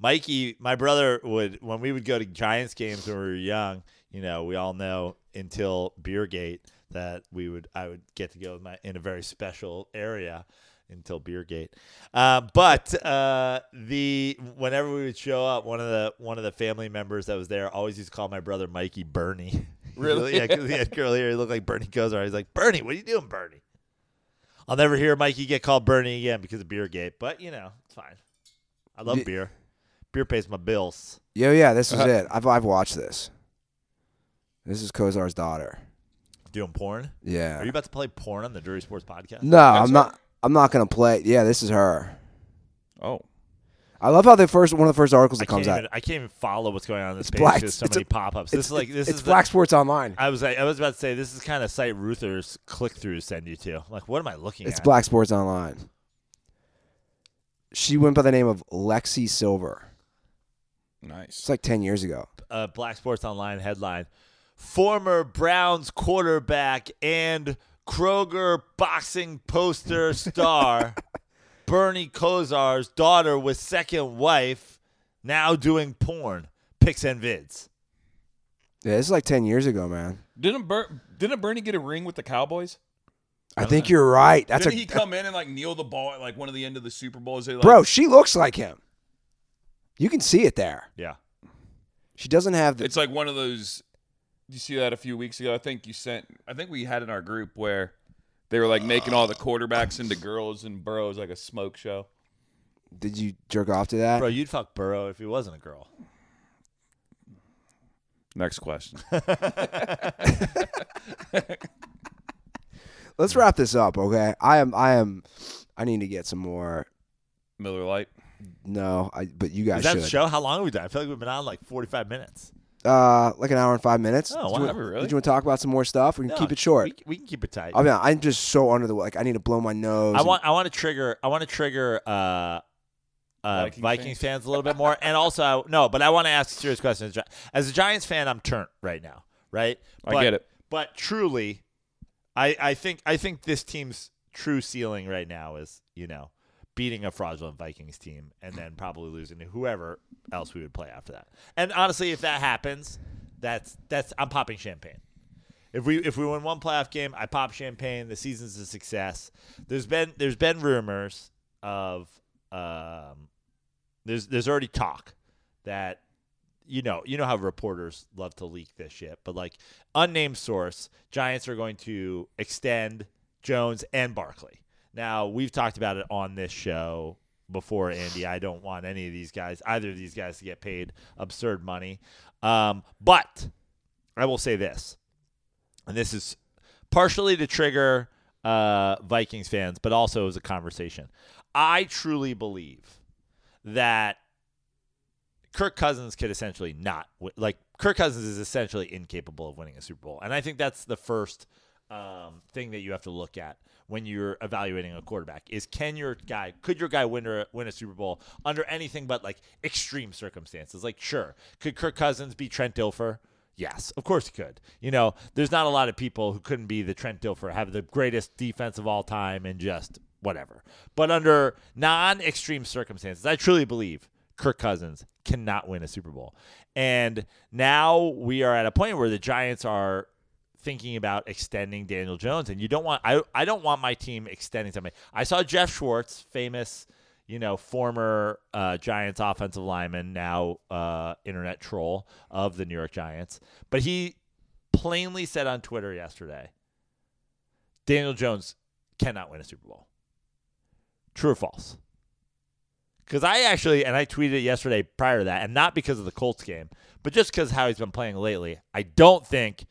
C: Mikey, my brother would when we would go to Giants games when we were young. You know, we all know until Beergate that we would I would get to go with my in a very special area until Beergate. Uh, but uh, the whenever we would show up, one of the one of the family members that was there always used to call my brother Mikey Bernie.
D: Really?
C: yeah, because he had curly hair. He looked like Bernie Kosar. He's like Bernie. What are you doing, Bernie? I'll never hear Mikey get called Bernie again because of Beergate. But you know, it's fine. I love
B: Ye-
C: beer. Beer pays my bills.
B: Yeah, yeah. This is
C: Uh-huh.
B: it. I've I've watched this. This is Kozar's daughter.
C: Doing porn?
B: Yeah.
C: Are you about to play porn on the Drury Sports Podcast?
B: Uh, no, I'm
D: That's
B: not. I'm not gonna play. Yeah, this is her.
D: Oh,
B: I love how the first one of the first articles
C: I
B: that
C: can't,
B: comes
C: even,
B: out.
C: I can't even follow what's going on in this page.
B: Black-
C: There's so
B: it's
C: many
B: a-
C: pop-ups. This
B: it's,
C: is like this
B: it's
C: is the-
B: Black Sports Online.
C: I was like, I was about to say this is the kind of site Reuther's click throughs send you to. Like, what am I looking
B: It's
C: at?
B: Black Sports Online. She went by the name of Lexi Silver. It's
D: nice.
B: like ten years ago.
C: uh, Black Sports Online headline: Former Browns quarterback and Kroger boxing poster star Bernie Kosar's daughter with second wife now doing porn pics and vids.
B: Yeah, this is like ten years ago, man.
D: Didn't Ber- didn't Bernie get a ring with the Cowboys?
B: I think you're right. That's
D: didn't
B: a
D: he come in and like kneel the ball at like one of the end of the Super Bowls? They, like,
B: bro. She looks like him. You can see it there.
C: Yeah,
B: She doesn't have the
D: It's like one of those. You see that a few weeks ago. I think you sent. I think we had in our group where they were like making all the quarterbacks into girls and Burrow's like a smoke show.
B: Did you jerk off to that?
C: bro, you'd fuck Burrow if he wasn't a girl.
D: Next question.
B: Let's wrap this up, okay? I am I am I need to get some more
D: Miller Light.
B: no, I but you guys
C: Is that
B: should.
C: the show? How long have we done? I feel like we've been on like 45 minutes.
B: Uh like an hour and five minutes.
C: Oh,
B: Did you
C: wow.
B: wa-
D: Really?
B: Did you want to talk about some more stuff? We can
C: No,
B: keep it short.
C: We, we can keep it tight.
B: I mean, I'm just so under the like. I need to blow my nose.
C: I
B: and-
C: want I want to trigger I want to trigger uh, uh, Vikings,
D: Vikings
C: fans a little bit more, and also I, no, but I want to ask a serious question. As a Giants fan, I'm turned right now, right?
D: I
C: But-
D: get it.
C: but truly, I I think I think this team's true ceiling right now is you know beating a fraudulent Vikings team and then probably losing to whoever else we would play after that. And honestly, if that happens, that's that's I'm popping champagne. If we if we win one playoff game, I pop champagne. The season's a success. There's been there's been rumors of um there's there's already talk that you know you know how reporters love to leak this shit, but like unnamed source, Giants are going to extend Jones and Barkley. Now we've talked about it on this show before, Andy. I don't want any of these guys, either of these guys, to get paid absurd money. Um, but I will say this, and this is partially to trigger uh, Vikings fans, but also as a conversation. I truly believe that Kirk Cousins could essentially not wi- like Kirk Cousins is essentially incapable of winning a Super Bowl, and I think that's the first um, thing that you have to look at when you're evaluating a quarterback is can your guy could your guy win a, win a Super Bowl under anything but like extreme circumstances? Like sure, could Kirk Cousins be Trent Dilfer? Yes, of course he could. You know, there's not a lot of people who couldn't be the Trent Dilfer, have the greatest defense of all time, and just whatever. But under non-extreme circumstances, I truly believe Kirk Cousins cannot win a Super Bowl. And now we are at a point where the Giants are thinking about extending Daniel Jones and you don't want I I don't want my team extending somebody. I saw Jeff Schwartz, famous, you know, former uh, Giants offensive lineman, now uh, internet troll of the New York Giants, but he plainly said on Twitter yesterday, Daniel Jones cannot win a Super Bowl. True or false? Because I actually, and I tweeted it yesterday prior to that, and not because of the Colts game, but just because how he's been playing lately. I don't think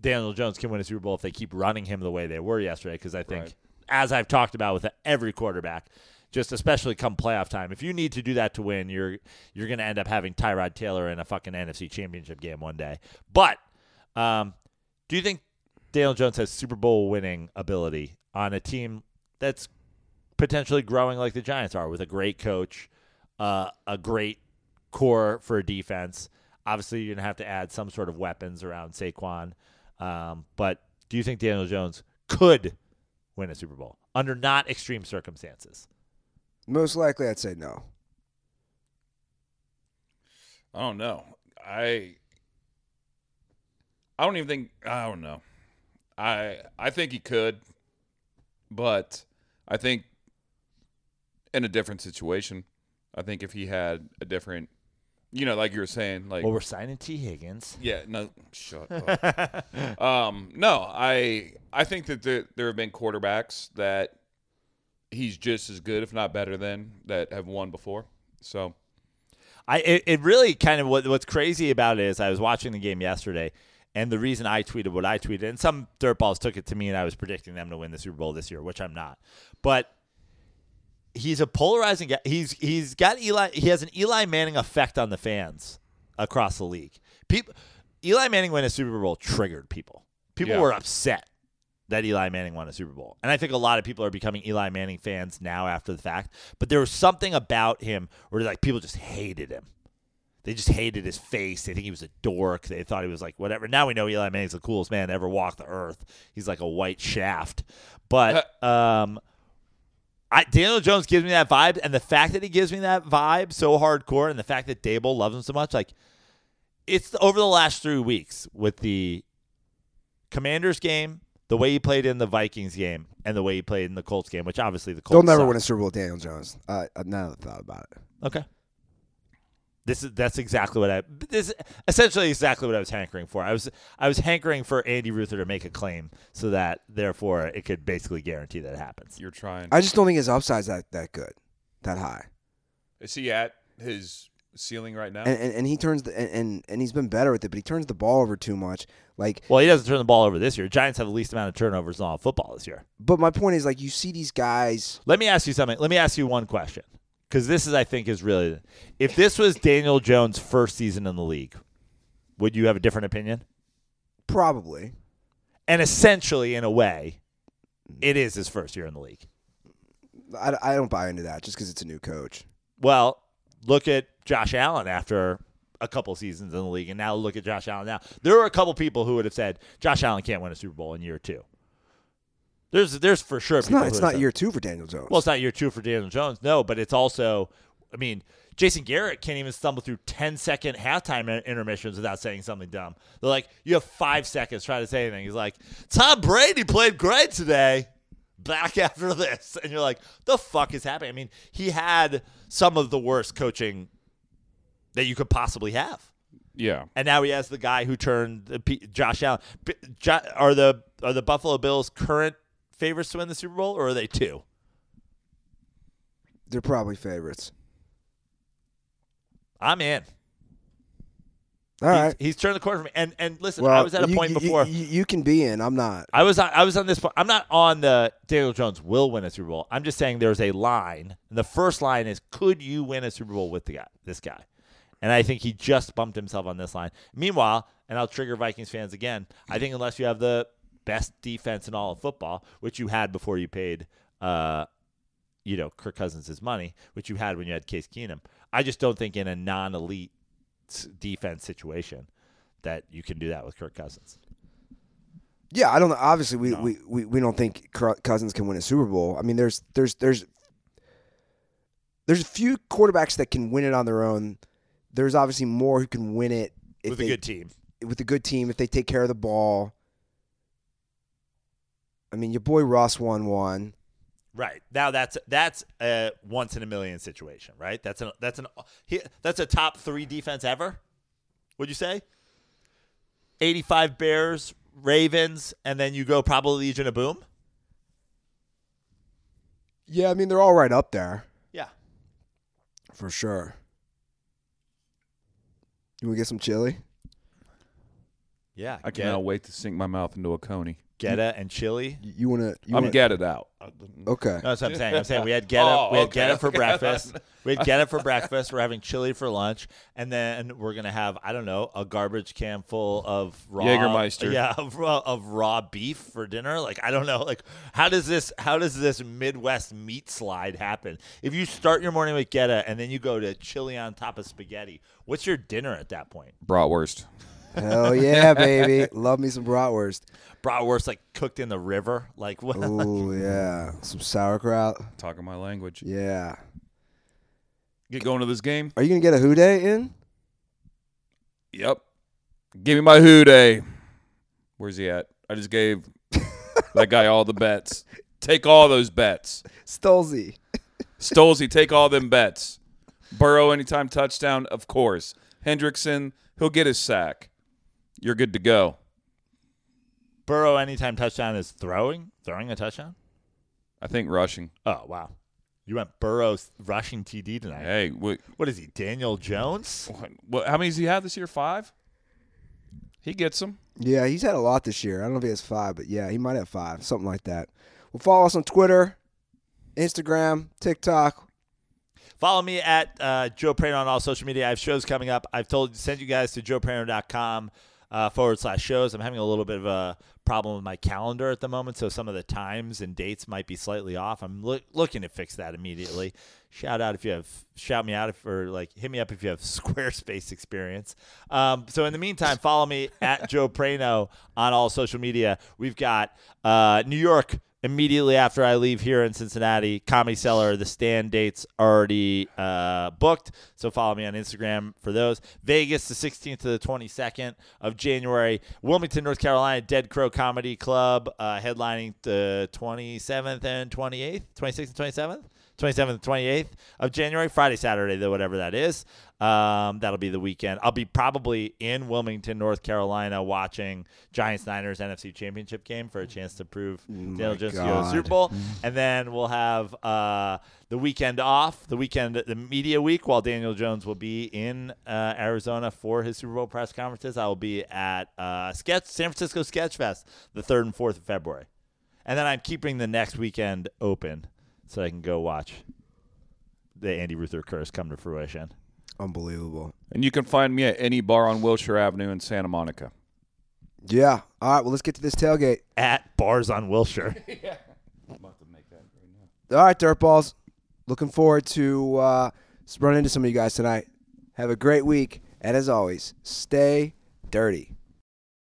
C: Daniel Jones can win a Super Bowl if they keep running him the way they were yesterday. Because I think,
D: Right.
C: as I've talked about with every quarterback, just especially come playoff time, if you need to do that to win, you're you're going to end up having Tyrod Taylor in a fucking NFC Championship game one day. But um, do you think Daniel Jones has Super Bowl winning ability on a team that's potentially growing like the Giants are with a great coach, uh, a great core for a defense? Obviously, you're going to have to add some sort of weapons around Saquon. Um, but do you think Daniel Jones could win a Super Bowl under not extreme circumstances?
B: Most likely, I'd say no.
D: I don't know. I I don't even think I don't know. I I think he could, but I think in a different situation. I think if he had a different you know, like you were saying, like
C: Well, we're signing T. Higgins.
D: yeah, no shut up. Um, no, I I think that there, there have been quarterbacks that he's just as good, if not better than, that have won before. So
C: I it, it really kind of what what's crazy about it is I was watching the game yesterday, and the reason I tweeted what I tweeted, and some dirtballs took it to me, and I was predicting them to win the Super Bowl this year, which I'm not, but. He's a polarizing guy. He's he's got Eli. He has an Eli Manning effect on the fans across the league. People, Eli Manning winning a Super Bowl triggered people. People
D: Yeah.
C: were upset that Eli Manning won a Super Bowl. And I think a lot of people are becoming Eli Manning fans now after the fact. But there was something about him where like people just hated him. They just hated his face. They think he was a dork. They thought he was like whatever. Now we know Eli Manning's the coolest man to ever walk the earth. He's like a white shaft. But um I, Daniel Jones gives me that vibe, and the fact that he gives me that vibe so hardcore, and the fact that Dable loves him so much, like it's over the last three weeks with the Commanders game, the way he played in the Vikings game, and the way he played in the Colts game, which obviously the Colts
B: They'll never
C: suck.
B: win a Super Bowl. with Daniel Jones. Uh, uh, now that I thought about it,
C: Okay. This is that's exactly what I this is essentially exactly what I was hankering for. I was I was hankering for Andy Ruther to make a claim so that therefore it could basically guarantee that it happens.
D: you're trying.
B: I just don't think his upside's that that good, that high.
D: Is he at his ceiling right now.
B: and, and, and he turns the and, and and he's been better with it, but he turns the ball over too much. Like,
C: Well, he doesn't turn the ball over this year. Giants have the least amount of turnovers in all of football this year.
B: but my point is, like, you see these guys.
C: Let me ask you something. Let me ask you one question. Because this is, I think, is really. If this was Daniel Jones' first season in the league, would you have a different opinion?
B: Probably,
C: And essentially, in a way, it is his first year in the league.
B: I, I don't buy into that just because it's a new coach.
C: Well, look at Josh Allen after a couple seasons in the league, and now look at Josh Allen now. There were a couple people who would have said Josh Allen can't win a Super Bowl in year two. There's, there's for sure.
B: It's not. It's not year two for Daniel Jones.
C: Well, it's not year two for Daniel Jones, no, but it's also, I mean, Jason Garrett can't even stumble through 10 second halftime in- intermissions without saying something dumb. They're like, you have five seconds trying to say anything. He's like, Tom Brady played great today. Back after this. And you're like, the fuck is happening? I mean, he had some of the worst coaching that you could possibly have
D: yeah.
C: and now he has the guy who turned the P- Josh Allen. B- Jo- are the are the Buffalo Bills current favorites to win the Super Bowl, or are they two?
B: They're probably favorites.
C: I'm in.
B: All right.
C: he's, he's turned the corner for me. And and listen,
B: well,
C: I was at a
B: you-
C: point
B: you-
C: before.
B: You, you can be in. I'm not.
C: I was on, I was on this point. I'm not on the Daniel Jones will win a Super Bowl. I'm just saying there's a line, and the first line is could you win a Super Bowl with the guy, this guy? And I think he just bumped himself on this line. Meanwhile, and I'll trigger Vikings fans again. I think unless you have the best defense in all of football, which you had before you paid, uh, you know, Kirk Cousins his money, which you had when you had Case Keenum. I just don't think in a non-elite s- defense situation that you can do that with Kirk Cousins.
B: Yeah, I don't know. Obviously, we, we, we, we don't think Cou- Cousins can win a Super Bowl. I mean, there's there's there's there's a few quarterbacks that can win it on their own. There's obviously more who can win it if
C: with
B: they,
C: a good team.
B: with a good team if they take care of the ball. I mean, your boy Ross won one.
C: Right now, that's that's a once in a million situation, right? That's an that's an he, that's a top three defense ever. Would you say? Eighty-five Bears, Ravens, and then you go probably Legion of Boom.
B: Yeah, I mean they're all right up there
C: Yeah,
B: for sure. You want to get some chili?
C: yeah.
D: I
C: Get-
D: cannot wait to sink my mouth into a coney.
C: Geta and Chili.
B: You, you want Uh, to? You
D: I'm
B: wanna,
D: getted out.
B: okay.
C: No, that's what I'm saying. I'm saying we had get up,
D: Oh,
C: we had
D: okay.
C: get up for
D: Okay.
C: breakfast. We had get up for breakfast. We're having chili for lunch, and then we're gonna have I don't know a garbage can full of raw
D: Jägermeister.
C: Yeah, of raw, of raw beef for dinner. Like I don't know. Like how does this how does this Midwest meat slide happen? If you start your morning with geta and then you go to chili on top of spaghetti, what's your dinner at that point?
D: Bratwurst.
B: Hell yeah, baby! Love me some bratwurst.
C: Bratwurst like cooked in the river. Like what?
B: Oh yeah, some sauerkraut.
D: Talking my language.
B: Yeah.
D: Get going to this game.
B: Are you gonna get a Who Day in?
D: Yep. Give me my who day. Where's he at? I just gave that guy all the bets. Take all those bets.
B: Stolzy.
D: Stolzy, take all them bets. Burrow anytime touchdown, of course. Hendrickson, he'll get his sack. You're good to go.
C: Burrow anytime touchdown is throwing throwing a touchdown.
D: I think rushing.
C: Oh wow, you went Burrow's rushing TD tonight.
D: Hey, what,
C: What is he, Daniel Jones?
D: what, what- how many does he have this year? Five. He gets them.
B: Yeah, he's had a lot this year. I don't know if he has five, but yeah, he might have five, something like that. Well, follow us on Twitter, Instagram, TikTok.
C: Follow me at uh, Joe Prano on all social media. I have shows coming up. I've told send you guys to joeprano.com uh, forward slash shows. I'm having a little bit of a problem with my calendar at the moment, so some of the times and dates might be slightly off. I'm loo- looking to fix that immediately. Shout out if you have shout me out if, or like hit me up if you have Squarespace experience. Um, so in the meantime, follow me at Joe Prano on all social media. We've got uh, New York immediately after I leave here in Cincinnati, Comedy Cellar, the stand dates already uh, booked. So follow me on Instagram for those. Vegas, the 16th to the 22nd of January. Wilmington, North Carolina, Dead Crow Comedy Club, uh, headlining the 27th and 28th, 26th and 27th. 27th, 28th of January, Friday, Saturday, though, whatever that is. Um, that'll be the weekend. I'll be probably in Wilmington, North Carolina, watching Giants Niners NFC Championship game for a chance to prove Daniel Jones to go to the Super
B: God.
C: Bowl. And then we'll have uh, the weekend off, the weekend, the media week, while Daniel Jones will be in uh, Arizona for his Super Bowl press conferences. I will be at uh, Sketch San Francisco Sketch Fest the 3rd and 4th of February. And then I'm keeping the next weekend open so I can go watch the Andy Ruther curse come to fruition.
B: Unbelievable.
D: And you can find me at any bar on Wilshire Avenue in Santa Monica.
B: Yeah. All right. Well, let's get to this tailgate.
C: At Bars on Wilshire.
B: All right, dirtballs. Looking forward to uh, running into some of you guys tonight. Have a great week, and as always, stay dirty.